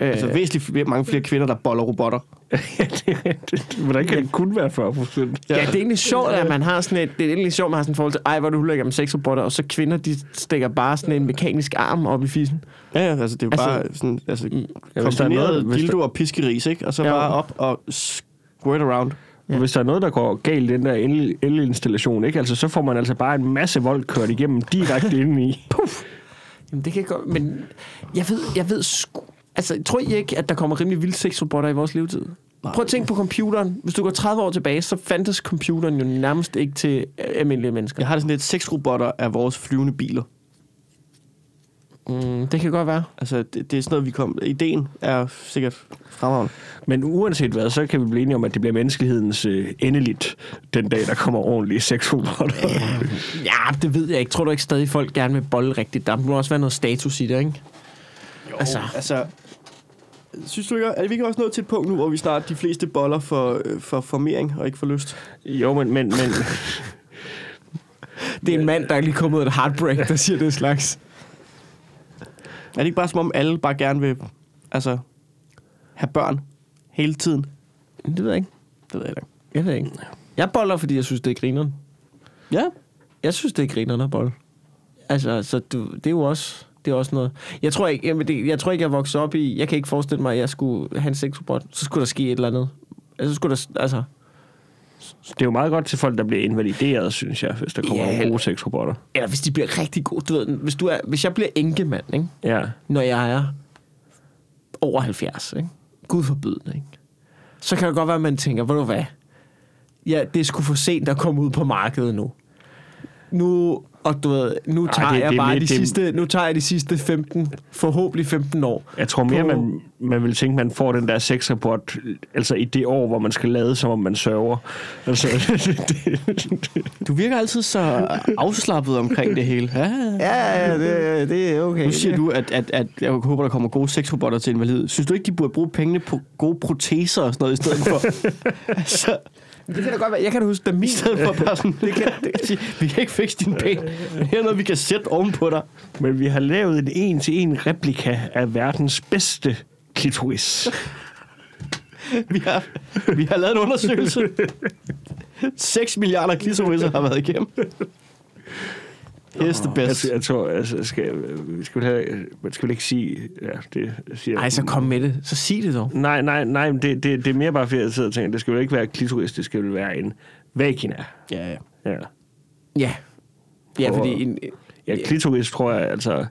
S1: øh, altså,
S2: øh,
S1: væsentligt flere, mange flere kvinder, der boller robotter.
S3: Ja, det, det, hvordan kan det kun være 40 procent?
S2: Ja, det er egentlig sjovt, at man har sådan et, det er egentlig sjovt, at man har sådan et forhold til, ej, hvor er du ulækker med sexrobotter, og så kvinder, de stikker bare sådan en mekanisk arm op i fissen.
S1: Ja, ja, altså det er
S2: Altså-
S1: bare altså, sådan, altså,
S3: der er
S1: kombineret
S3: noget- hvis
S1: dildo og piskeris, ikke? Og så
S2: Ja.
S1: bare op og squirt around.
S2: Ja.
S3: Og hvis der er noget, der går galt i den der el- elinstallation, ikke? Altså, så får man altså bare en masse vold kørt igennem direkte ind i.
S2: Jamen, det kan godt, men jeg ved, jeg ved sku... Altså, tror I ikke, at der kommer rimelig vilde sexrobotter i vores levetid? Nej. Prøv at tænke på computeren. Hvis du går 30 år tilbage, så fandtes computeren jo nærmest ikke til øh, almindelige mennesker.
S1: Jeg har det sådan lidt, seks robotter er vores flyvende biler.
S2: Mm, det kan godt være.
S1: Altså, det, det er sådan noget, vi kom... Ideen er sikkert fremragende.
S3: Men uanset hvad, så kan vi blive enige om, at det bliver menneskehedens øh, endeligt, den dag, der kommer ordentlige sexrobotter.
S2: Ja, det ved jeg ikke. Tror du ikke stadig, folk gerne vil bolle rigtigt? Der må også være noget status i det, ikke?
S1: Jo,
S2: Altså.
S1: altså Synes du ikke, er vi ikke også nået til et punkt nu, hvor vi snart de fleste boller for, øh, for formering og ikke for lyst?
S3: jo, men, men, men
S2: Det er en mand, der er lige kommet ud af et heartbreak, der siger det slags.
S1: Er det ikke bare som om alle bare gerne vil altså, have børn hele tiden?
S2: Det ved jeg ikke.
S1: Det ved jeg ikke.
S2: Jeg ved ikke. Jeg boller, fordi jeg synes, det er grineren.
S1: Ja.
S2: Jeg synes, det er grineren at bolle. Altså, så du, det er jo også, det er også noget. Jeg tror ikke, jamen det, jeg, tror ikke, jeg voksede op i... Jeg kan ikke forestille mig, at jeg skulle have en sexrobot. Så skulle der ske et eller andet. Altså, så skulle der... Altså,
S3: det er jo meget godt til folk, der bliver invalideret, synes jeg, hvis der kommer
S2: Ja.
S3: nogle gode sexrobotter.
S2: eller hvis de bliver rigtig gode. Du ved, hvis, du er, hvis jeg bliver enkemand, ikke?
S3: Ja.
S2: når jeg er over 70, ikke? Gud forbyde det, ikke? Så kan det godt være, at man tænker, ved du hvad? Ja, det er sgu for sent at komme ud på markedet nu. Nu, og du ved, nu tager Ej,
S3: det-
S2: det, jeg
S3: det er
S2: bare
S3: mere-
S2: de
S3: det er-
S2: sidste, nu tager jeg de sidste 15, forhåbentlig 15 år.
S3: Jeg tror mere,
S2: På-
S3: man, man vil tænke, man får den der sexrapport altså i det år, hvor man skal lade, som om man sørger. Altså, det,
S1: Du virker altid så afslappet omkring det hele. Ja, ja, ja.
S2: Ja, det, det er okay.
S1: Nu siger du, at, at, at jeg håber, der kommer gode sexrobotter til invalid. Synes du ikke, de burde bruge pengene på gode proteser og sådan noget i stedet for? altså,
S2: Det kan da godt være. Jeg kan da huske, da min...
S1: i stedet for bare sådan, det kan, det, vi kan ikke fikse din ben, men her er noget, vi kan sætte ovenpå dig.
S3: men vi har lavet en en-til-en replika af verdens bedste klitoris.
S1: Vi har, vi har lavet en undersøgelse. 6 milliarder klitorisser har været igennem. Yes, the best.
S3: Altså, jeg tror, altså, skal, skal, vi have, man skal vel ikke sige... Ja, det siger
S2: Ej, så kom med det. Så sig det dog.
S3: Nej, nej, nej, men det, det, det er mere bare, fordi jeg sidder og tænker, det skal jo ikke være klitoris, det skal jo være en vagina.
S1: Ja, ja.
S3: Ja.
S2: Ja. Ja,
S3: Prøv
S2: fordi
S3: at-
S2: en,
S3: Ja, klitoris tror jeg altså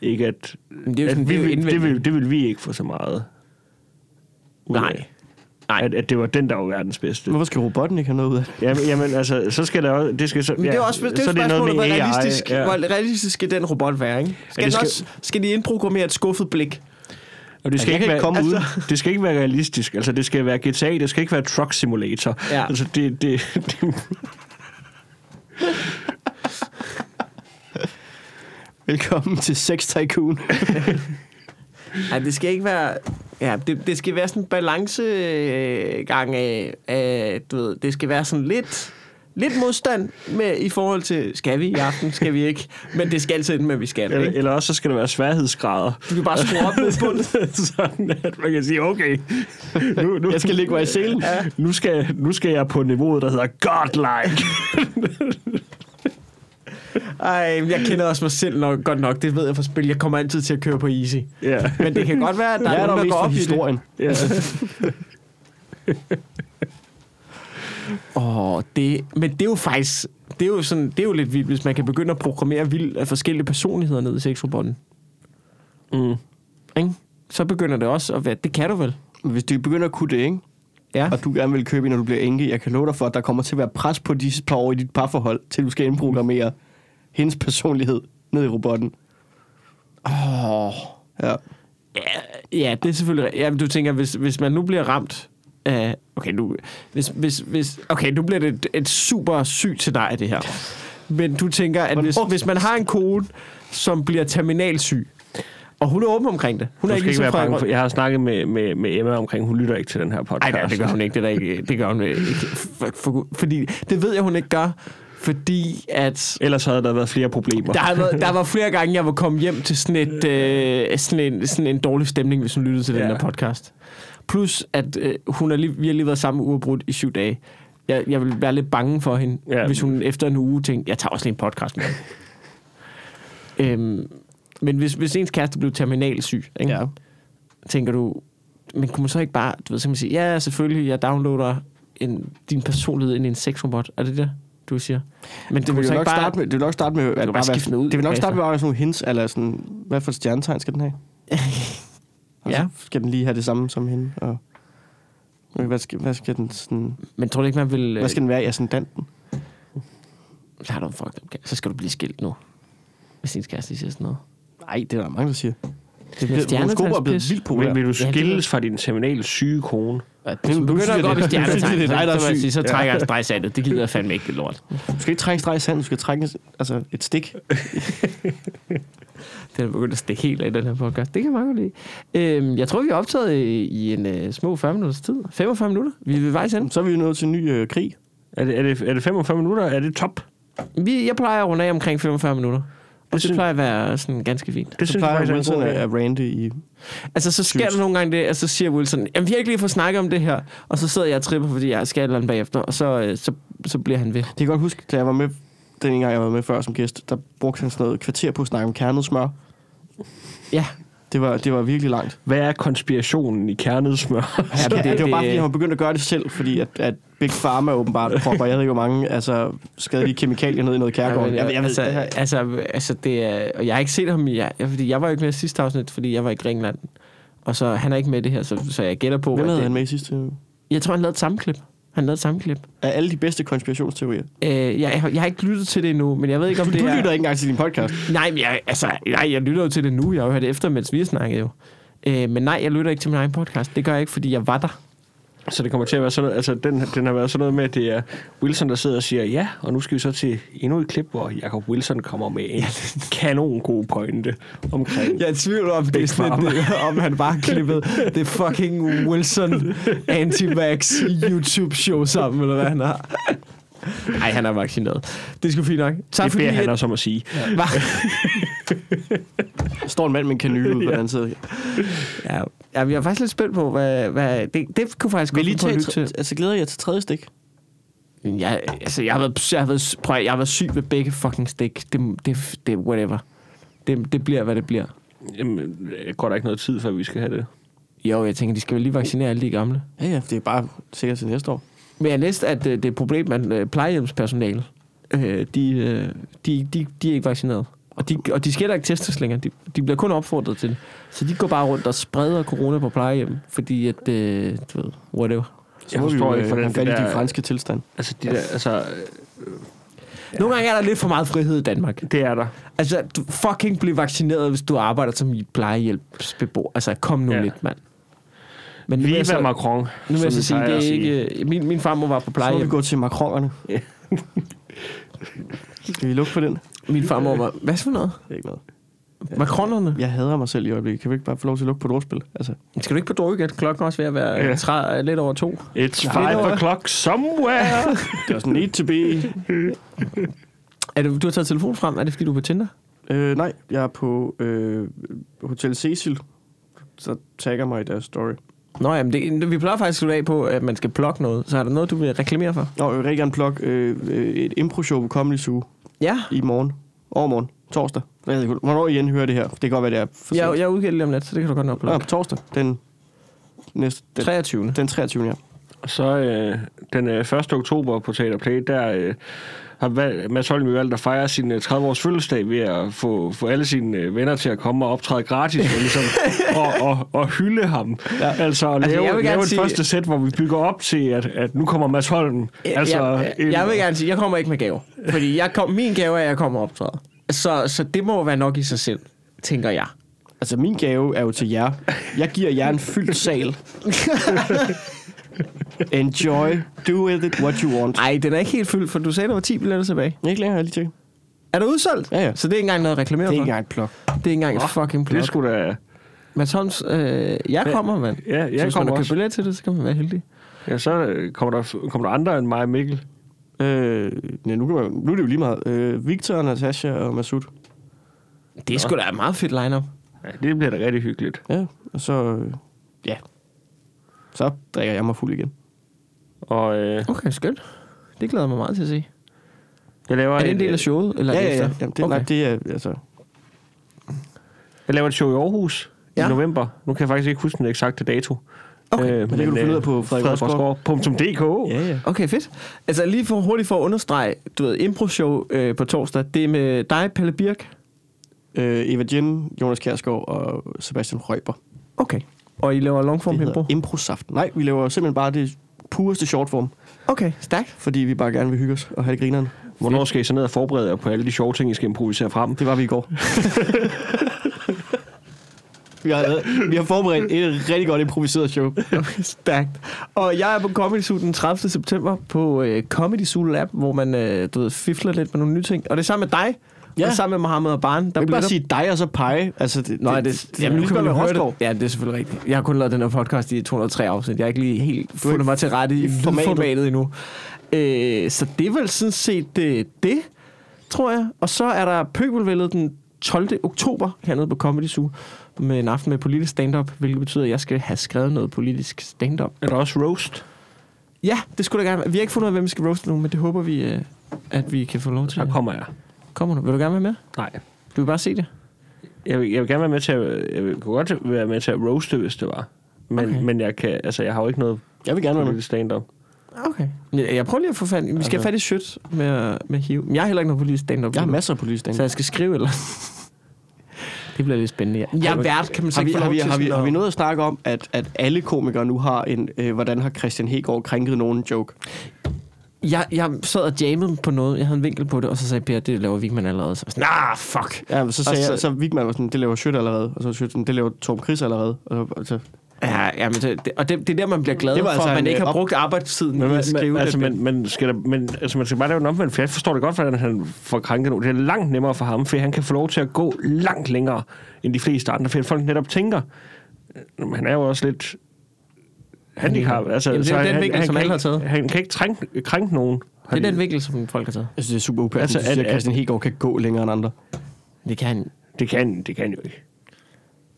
S3: ikke, at...
S2: det er jo
S3: at
S2: sådan, det
S3: vi,
S2: er jo
S3: vil, det,
S2: indvendigt.
S3: vil, det vil vi ikke få så meget. ud af.
S2: Nej. Nej.
S3: At, at det var den, der var verdens bedste.
S1: Hvorfor skal robotten ikke have noget ud af det?
S3: Jamen, jamen altså, så skal der også... Det, skal så,
S2: Men det er også det er så
S3: noget
S2: spørgsmålet, hvor
S3: med AI,
S2: realistisk, ja.
S3: ja.
S2: hvor realistisk skal den robot være, ikke? Skal,
S3: det
S2: den
S3: skal-
S2: også, skal de indprogrammere et skuffet blik?
S3: Og det skal,
S1: jeg
S3: ikke
S1: kan
S3: være,
S1: ikke komme
S3: altså, det skal ikke være realistisk. Altså, det skal være GTA, det skal ikke være Truck Simulator.
S2: Ja.
S3: Altså, det, det, det,
S1: Velkommen til Sex Tycoon.
S2: Nej, det skal ikke være... Ja, det, det skal være sådan en balancegang af, af, du ved, det skal være sådan lidt, lidt modstand med, i forhold til, skal vi i aften, skal vi ikke? Men det skal altid ende med, at vi skal,
S3: eller,
S2: ikke?
S3: eller også så skal der være sværhedsgrader.
S2: Du kan bare skrue op med bunden.
S3: Sådan, at man kan sige, okay, nu, nu,
S1: Jeg skal ligge mig i selen.
S3: Ja. Nu, skal, nu skal jeg på niveauet, der hedder godlike.
S2: Ej, men jeg kender også mig selv nok, godt nok, det ved jeg fra spil. Jeg kommer altid til at køre på easy.
S3: ja.
S2: Men det kan godt være, at der
S1: Jeg
S2: er
S1: er der
S2: nogen, der
S1: mest
S2: går
S1: for
S2: op i det.
S1: historien.
S3: ja.
S2: Åh, oh, det... Men det er jo faktisk... Det er jo, sådan, det er jo lidt vildt, hvis man kan begynde at programmere vildt af forskellige personligheder ned i sexrobotten.
S3: Mm.
S2: Ikke? Så begynder det også at være... Det kan du vel?
S1: Hvis du begynder at kunne det, ikke?
S2: Ja.
S1: og du gerne vil købe en, når du bliver enke, jeg kan love dig for, at der kommer til at være pres på de par år i dit parforhold, til du skal indprogrammere hendes personlighed ned i robotten.
S2: Oh.
S1: Ja.
S2: Ja, ja, det er selvfølgelig... ri- Ja, men du tænker, hvis, hvis man nu bliver ramt af... Okay, nu, hvis, hvis, hvis, okay, nu bliver det et, et super sygt scenarie, det her. Men du tænker, at hvis, hvis man har en kone, som bliver terminalsyg, og hun er åben omkring det. Hun
S3: Du
S2: er
S3: skal
S2: ikke, ligesom
S3: ikke være
S2: Frederik
S3: bange for,
S2: Røn-
S3: jeg har snakket med, med, med Emma omkring, hun lytter ikke til den her podcast.
S2: Ej, nej, det gør hun ikke. Det, er der ikke, det gør hun øh, ikke. For, for, fordi, det ved jeg, hun ikke gør, fordi at...
S3: Ellers havde der været flere problemer.
S2: Der, har været, der var flere gange, jeg var kommet hjem til sådan, et, øh, sådan, en, sådan en dårlig stemning, hvis hun lyttede til ja.
S3: Ja.
S2: den der podcast. Plus, at øh, hun er lige, vi har lige været sammen uafbrudt i syv dage. Jeg, jeg ville være lidt bange for hende,
S3: Ja.
S2: ja. hvis hun efter en uge tænkte, jeg tager også lige en podcast med. øhm, men hvis, hvis ens kæreste blev terminalsyg, ikke?
S1: Ja.
S2: tænker du, men kunne man så ikke bare, du ved, så kan man sige, ja, selvfølgelig, jeg downloader en, din personlighed ind i en sexrobot. Er det det, du siger? Men
S1: Det
S2: kunne
S1: vil
S2: så
S1: jo
S2: ikke
S1: nok
S2: bare-
S1: starte med, det vil nok starte med at
S2: bare
S1: bare være,
S2: skifte den ud,
S1: Det vil nok
S2: bagefter.
S1: starte med bare at være sådan nogle hints, eller sådan, hvad for et stjernetegn skal den have? Og
S2: Ja.
S1: så skal den lige have det samme som hende, og hvad skal, hvad skal den sådan,
S2: Men tror du ikke, man vil...
S1: hvad skal den være i ascendanten?
S2: Lad dig fuck, okay. Så skal du blive skilt nu. Hvis din kæreste siger sådan noget.
S1: Nej, det er der mange, der siger. Det
S2: bliver
S1: bliver, horoskoper er blevet
S2: stjernetandspis.
S1: vildt populært.
S3: Vil, vil du
S2: Ja, det-
S3: skilles fra din terminale syge kone?
S2: Ja, det
S1: Nu- nu
S2: begynder
S1: siger
S2: at gå op i
S1: det. Nu siger
S2: stjernetegn.
S1: det,
S2: Så,
S1: dig, der er
S2: så, må jeg
S1: syg.
S2: sige, så trækker jeg en streg i sandet. Det gider jeg fandme ikke, det lort.
S1: Du skal ikke trække en streg i sand, du skal trække altså et stik.
S2: Den er begyndt at stikke helt af i den her podcast. Det kan man godt lide. Øhm, jeg tror, vi er optaget i, i en øh, små 40 minutters tid. 45 minutter. Vi er ved vejs ende.
S1: Så er vi jo nået til en ny øh, krig.
S3: Er det, er, det, er det 45 minutter? Er det top?
S2: Vi, jeg plejer at runde af omkring 45 minutter. Og det
S3: synes-
S2: plejer at være sådan ganske fint.
S3: Det
S1: Så plejer
S3: faktisk er en
S1: Wilson
S3: god
S1: at,
S3: idé.
S1: at rante i...
S2: Altså, så sker
S1: Synes.
S2: der nogle gange det, og så siger Wilson, jamen, vi har ikke lige fået snakket om det her. Og så sidder jeg og tripper, fordi jeg skal et eller andet bagefter, og så, øh, så, så bliver han ved.
S1: Det kan jeg godt huske, da jeg var med, den ene gang jeg var med før som gæst, der brugte han sådan noget kvarter på at snakke om kernet smør.
S2: Ja,
S1: Det var, det var virkelig langt.
S3: Hvad er konspirationen i kernet smør?
S1: Ja, det, det, det, var bare,
S2: det-
S1: fordi han var begyndt at gøre det selv, fordi at, at Big Pharma åbenbart propper, jeg ved ikke, hvor mange altså, skadelige kemikalier ned i noget kærgård. Jeg, jeg, jeg,
S2: altså,
S1: altså, det her,
S2: altså, altså, det er, og jeg har ikke set ham i, jeg, fordi jeg var jo ikke med i sidste afsnit, fordi jeg var i Grækenland. Og så han er ikke med i det her, så, så jeg gætter på,
S1: hvem
S2: at
S1: havde
S2: det,
S1: han med i sidste? uge?
S2: jeg tror, han lavede et sammenklip. Han lavede et sammenklip.
S1: Af alle de bedste konspirationsteorier.
S2: Øh, jeg, jeg, jeg, har ikke lyttet til det endnu, men jeg ved ikke, om
S1: Du,
S2: det
S1: du
S2: er...
S1: lytter ikke engang til din podcast.
S2: Nej, men jeg, altså, nej, jeg lytter jo til det nu. Jeg har jo hørt efter, mens vi har snakket jo. Øh, men nej, jeg lytter ikke til min egen podcast. Det gør jeg ikke, fordi jeg var der.
S3: Så det kommer til at være sådan noget, altså den, den har været sådan noget med, at det er Wilson, der sidder og siger ja, og nu skal vi så til endnu et klip, hvor Jacob Wilson kommer med en kanon god pointe omkring.
S2: Jeg er i tvivl om, det er sådan, et- om han bare klippet det fucking Wilson anti-vax YouTube-show sammen, eller hvad han har. Nej, han er vaccineret. Det er sgu fint nok. Tak
S3: det
S2: fordi,
S3: beder han
S2: at-
S3: også om at sige.
S2: Hva?
S1: Der står en mand med en kanyle ud på den anden side.
S2: Ja, ja, vi er faktisk lidt spændt på, hvad, hvad det, det kunne faktisk
S1: Vil
S2: godt
S1: I
S2: finde på at
S1: tage,
S2: lytte til.
S1: tre- altså, glæder jeg til tredje stik?
S2: Ja, altså, jeg har været, jeg har været, prøv, at- jeg har været syg ved begge fucking stik. Det, det, det whatever. Det, det bliver, hvad det bliver.
S3: Jamen, øh, går der ikke noget tid, før vi skal have det?
S2: Jo, jeg tænker, de skal vel lige vaccinere alle de gamle.
S1: Ja, ja, det er bare sikkert til næste år.
S2: Men jeg læste, at øh, det er et problem, at øh, plejehjemspersonale, øh, de, øh, de, de, de er ikke vaccineret. Og de, og de skal heller ikke testes længere. De, de bliver kun opfordret til det. Så de går bare rundt og spreder corona på plejehjem, fordi at, øh, du ved, whatever.
S1: Så må vi jo øh, have fat i de franske tilstand.
S3: Altså, de der, altså,
S2: Nogle gange er der lidt for meget frihed i Danmark.
S3: det er der.
S2: Altså, du fucking bliver vaccineret, hvis du arbejder som i plejehjælpsbeboer. Altså, kom nu ja.
S3: Ja.
S2: lidt, mand. Men nu vil
S3: Viva
S2: jeg så,
S3: Macron.
S2: nu vil
S3: som
S2: jeg så
S3: vi
S2: sige,
S3: plejer
S2: det
S3: at
S2: er
S3: sige.
S2: ikke... Min, min farmor var på
S1: Så må vi
S2: plejehjem.
S1: gå til makronerne. Skal vi lukke på den? Det
S2: Min farmor var... Hvad for noget?
S1: er ikke noget.
S2: Makronerne?
S1: Jeg hader mig selv i øjeblikket. Kan vi ikke bare få lov til at lukke på et ordspil? Altså,
S2: Skal du ikke på druk igen? Klokken er også ved at være
S3: Ja.
S2: ja. tre, lidt over to.
S3: It's five o'clock somewhere.
S1: det er E sådan need to be.
S2: Er det, du har taget telefonen frem. Er det, fordi du er på Tinder?
S1: Øh, nej, jeg er på øh, Hotel Cecil. Så tagger mig i deres story.
S2: Nå, jamen, det, vi plejer faktisk at slutte af på, at man skal plukke noget. Så er der noget, du vil reklamere for?
S1: Og jeg vil rigtig gerne plukke øh, øh, et impro-show på Comedy Zoo
S2: Ja.
S1: i morgen. Overmorgen. Torsdag. Jeg ved ikke, Hvornår I igen hører det her? Det kan godt være, det er for
S2: Jeg,
S1: sent.
S2: jeg udgiver det lige om lidt, så det kan du godt nok
S1: Nå,
S2: plukke.
S1: på torsdag. Den, næste, den,
S2: 23.
S1: den 23. Ja.
S3: Og så øh, den øh, 1. oktober på Teater Play, der øh, har valg, Mads Holm jo valgt at fejre sin øh, 30-års fødselsdag ved at få, få alle sine øh, venner til at komme og optræde gratis og, ligesom, og, og, og hylde ham. Ja. Altså at lave,
S2: jeg vil
S3: altså,
S2: gerne
S3: lave et
S2: sige-
S3: sige... første sæt, hvor vi bygger op til, at, at nu kommer Mads Holm. Altså,
S2: Øh, jeg, jeg,
S3: en-
S2: jeg vil gerne sige, jeg kommer ikke med gaver. Fordi jeg kom, min gave er, at jeg kommer optræde. Så, så det må jo være nok i sig selv, tænker jeg.
S1: Altså, min gave er jo til jer. Jeg giver jer en fyldt sal. Enjoy. Do with it what you want.
S2: Ej, den er ikke helt fyldt, for du sagde, der var 10 billetter tilbage.
S1: Ikke længere, har jeg lige tjekket.
S2: Er du udsolgt?
S1: Ja, ja.
S2: Så det er ikke engang noget at reklamere
S1: Det er ikke
S2: for.
S1: engang et plok.
S2: Det er ikke engang et fucking
S3: Det
S2: plot. Sku...
S3: skulle da...
S2: Mads Holms, øh, jeg kommer, mand.
S3: Ja, jeg
S2: så hvis man
S3: kommer
S2: har købt
S3: også.
S2: billet til det, så kan man være heldig.
S3: Ja, så øh, kommer der, kommer der andre end mig og Mikkel.
S1: Øh, ja, nu, kan man, nu er det jo lige meget. Øh, Victor, Natasha og Masud.
S2: Det er sgu da et meget fedt lineup.
S3: Ja, det bliver da rigtig hyggeligt.
S1: Ja, og så... Øh, ja. Så drikker jeg mig fuld igen.
S3: Og øh,
S2: Okay, skønt. Det glæder jeg mig meget til at se.
S3: jeg laver
S2: Er det en
S3: et,
S2: del af
S3: øh,
S2: showet? Eller
S1: ja, ja,
S2: efter?
S1: ja. Jamen, det, okay. nej, det er... Altså,
S3: Jeg laver et show i Aarhus ja.
S2: Ja.
S3: i november. Nu kan jeg faktisk ikke huske den eksakte dato. Øh,
S1: Okay, men det kan du finde ud af på
S3: frederiksborgsgaard.dk.
S1: Ja, ja.
S2: Okay, fedt. Altså lige for hurtigt for at understrege, du ved, impro-show øh, på torsdag, det er med dig, Pelle Birk.
S1: Øh, Eva Jen, Jonas Kjærsgaard og Sebastian Røber.
S2: Okay. Og I laver longform
S1: Det
S2: impro?
S1: hedder Improsaft. Nej, vi laver simpelthen bare det pureste shortform,
S2: Okay, stærkt.
S1: fordi vi bare gerne vil hygge os og have det grineren.
S3: Hvornår skal I så ned og forberede jer på alle de sjove ting, I skal improvisere frem?
S1: Det var vi i går. vi, har lavet, vi har forberedt et rigtig godt improviseret show.
S2: Okay, stærkt. Og jeg er på Comedy Zoo den 30. september på øh, Comedy Zoo Lab, hvor man, øh, du ved, fifler lidt med nogle nye ting. Og det er sammen med dig,
S1: Ja.
S2: og sammen med Mohammed og Barn.
S1: Jeg vil bare sige dig og så pege. Altså, det,
S2: Nej,
S1: det,
S2: det, det,
S1: jamen, nu kan man jo høre det.
S2: Ja, det er selvfølgelig rigtigt. Jeg har kun lavet den her podcast i 203 afsnit. Jeg har ikke lige helt fundet
S1: ikke
S2: mig til rette i
S1: i formatet.
S2: formatet endnu. Øh, så det er vel sådan set øh, det, tror jeg. Og så er der Pøbelvældet den 12. oktober hernede på Comedy Zoo med en aften med politisk stand-up, hvilket betyder, at jeg skal have skrevet noget politisk stand-up.
S3: Er der også roast?
S2: Ja, det skulle da gerne være. Vi har ikke fundet ud af, hvem vi skal roaste nu, men det håber vi, øh, at vi kan få lov til.
S3: Der kommer jeg.
S2: Kommer du? Vil du gerne være med?
S3: Nej.
S2: Du vil bare se det.
S3: Jeg vil, jeg vil gerne være med til at, jeg vil, kunne godt være med til at roaste, hvis det var. Men,
S2: Okay.
S3: okay. men jeg, kan, altså, jeg har jo ikke noget
S1: Jeg vil gerne være med.
S3: politisk stand-up.
S2: Okay. øh, Jeg, jeg prøver lige at få fat i... Vi skal have fat i shit med, med hiv. Men jeg har heller ikke noget politisk stand-up.
S1: Jeg har
S2: lige nu,
S1: masser af politisk
S2: Så
S1: stand
S2: jeg skal skrive, eller... det bliver lidt spændende, ja. Jeg er vært, kan man så
S1: Har vi,
S2: ikke
S1: har, vi, har, vi, har vi
S2: noget?
S1: noget at snakke om, at, at alle komikere nu har en, øh, hvordan har Christian Hegård krænket nogen joke?
S2: Jeg, jeg sad og jammede på noget. Jeg havde en vinkel på det, og så sagde Per, det laver Vigman allerede. Så jeg var sådan, nah, fuck.
S1: Ja, men så sagde
S2: Og så-
S1: så, jeg, så Vigman var sådan, det laver Schødt allerede, og så var Schødt sådan, det laver Torben Chris allerede. Og, og så,
S2: Ja, ja men det, det, og det, det, er der, man bliver glad
S1: Det
S2: for,
S1: var altså
S2: at man
S1: en,
S2: ikke
S1: øh,
S2: har
S1: op-
S2: brugt arbejdstiden med
S3: Men,
S2: at
S3: men,
S2: skrive
S3: men, altså,
S2: det.
S3: men, men, skal der, men altså, man skal bare lave en omvendt, for jeg forstår det godt, hvordan han får krænket nogen. Det er langt nemmere for ham, for han kan få lov til at gå langt længere end de fleste andre, fordi folk netop tænker, "Nå, men han er jo også lidt handicap. Altså,
S2: Jamen, det er jo den vinkel, som
S3: kan
S2: alle har
S3: ikke-
S2: taget.
S3: Han kan ikke trænke, krænke nogen. har
S2: Det er
S3: de-
S2: den vinkel, som folk har taget.
S1: jeg synes, det er super upassende,
S3: Altså,
S1: altså, at,
S3: at-
S1: at Christian Hegård kan gå længere end andre.
S2: Det kan
S3: det, kan, det kan han jo ikke.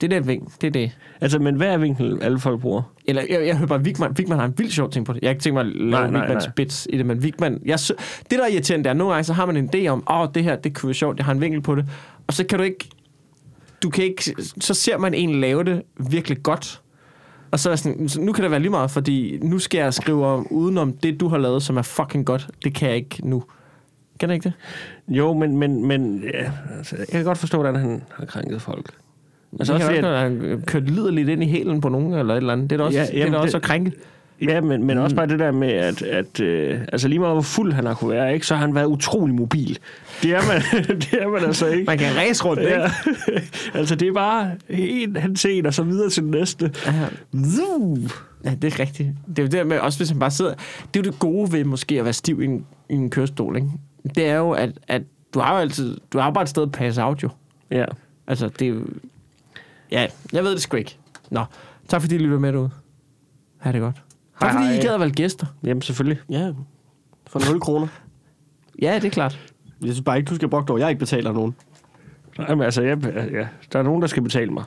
S2: Det er den vinkel. Det er det.
S3: Altså, men hvad er vinklen, alle folk bruger?
S2: Eller jeg, jeg hører bare, Vigman, Vigman har en vild sjov ting på det. Jeg har ikke tænkt mig at lave
S3: Nej,
S2: nej,
S3: nej,
S2: Vigmans
S3: nej.
S2: bits i det, men Vigman... Jeg, sy- det, der er irriterende, det er, at nogle gange så har man en idé om, åh, oh, det her, det kunne være sjovt, jeg har en vinkel på det. Og så kan du ikke... Du kan ikke... Så ser man en lave det virkelig godt. Og så er jeg sådan, "Så nu kan det være lige meget, fordi nu skal jeg skrive om, udenom det, du har lavet, som er fucking godt. Det kan jeg ikke nu. Kan jeg ikke det?
S3: Jo, men, men, men ja, altså, jeg kan godt forstå, hvordan han har krænket folk.
S2: Altså,
S3: også
S2: det kan
S3: fordi,
S2: også være, at han kørt liderligt ind i hælen på nogen eller et eller andet. Det er da også,
S3: Ja,
S2: ja, det er
S3: jamen,
S2: da også
S3: det-
S2: at krænke.
S3: Ja, men, men
S2: Mm.
S3: også bare det der med, at, at øh, altså lige meget hvor fuld han har kunne være, ikke, så har han været utrolig mobil. Det er man, det er man altså ikke.
S2: Man kan ræse rundt, ikke?
S3: Ja. altså det er bare en, han til en, og så videre til den næste.
S2: Ja.
S3: Zuh.
S2: Ja, det er rigtigt. Det er jo det der med, også hvis han bare sidder... Det er jo det gode ved måske at være stiv i en, i en kørestol, ikke? Det er jo, at, at du har jo altid... Du har jo bare et sted at passe out, jo.
S3: Ja.
S2: Altså, det er jo... Ja, jeg ved det sgu ikke. Nå, tak fordi I lytter med derude. Ha' det godt. Tak
S3: Hej,
S2: fordi
S3: hej.
S2: I gad at være gæster.
S3: Jamen selvfølgelig.
S1: Ja, for 0 kroner.
S2: Ja, det er klart.
S1: Jeg synes bare ikke, du skal brokke dig over, jeg ikke betaler nogen.
S3: Jamen, altså, jeg, ja, der er nogen, der skal betale mig.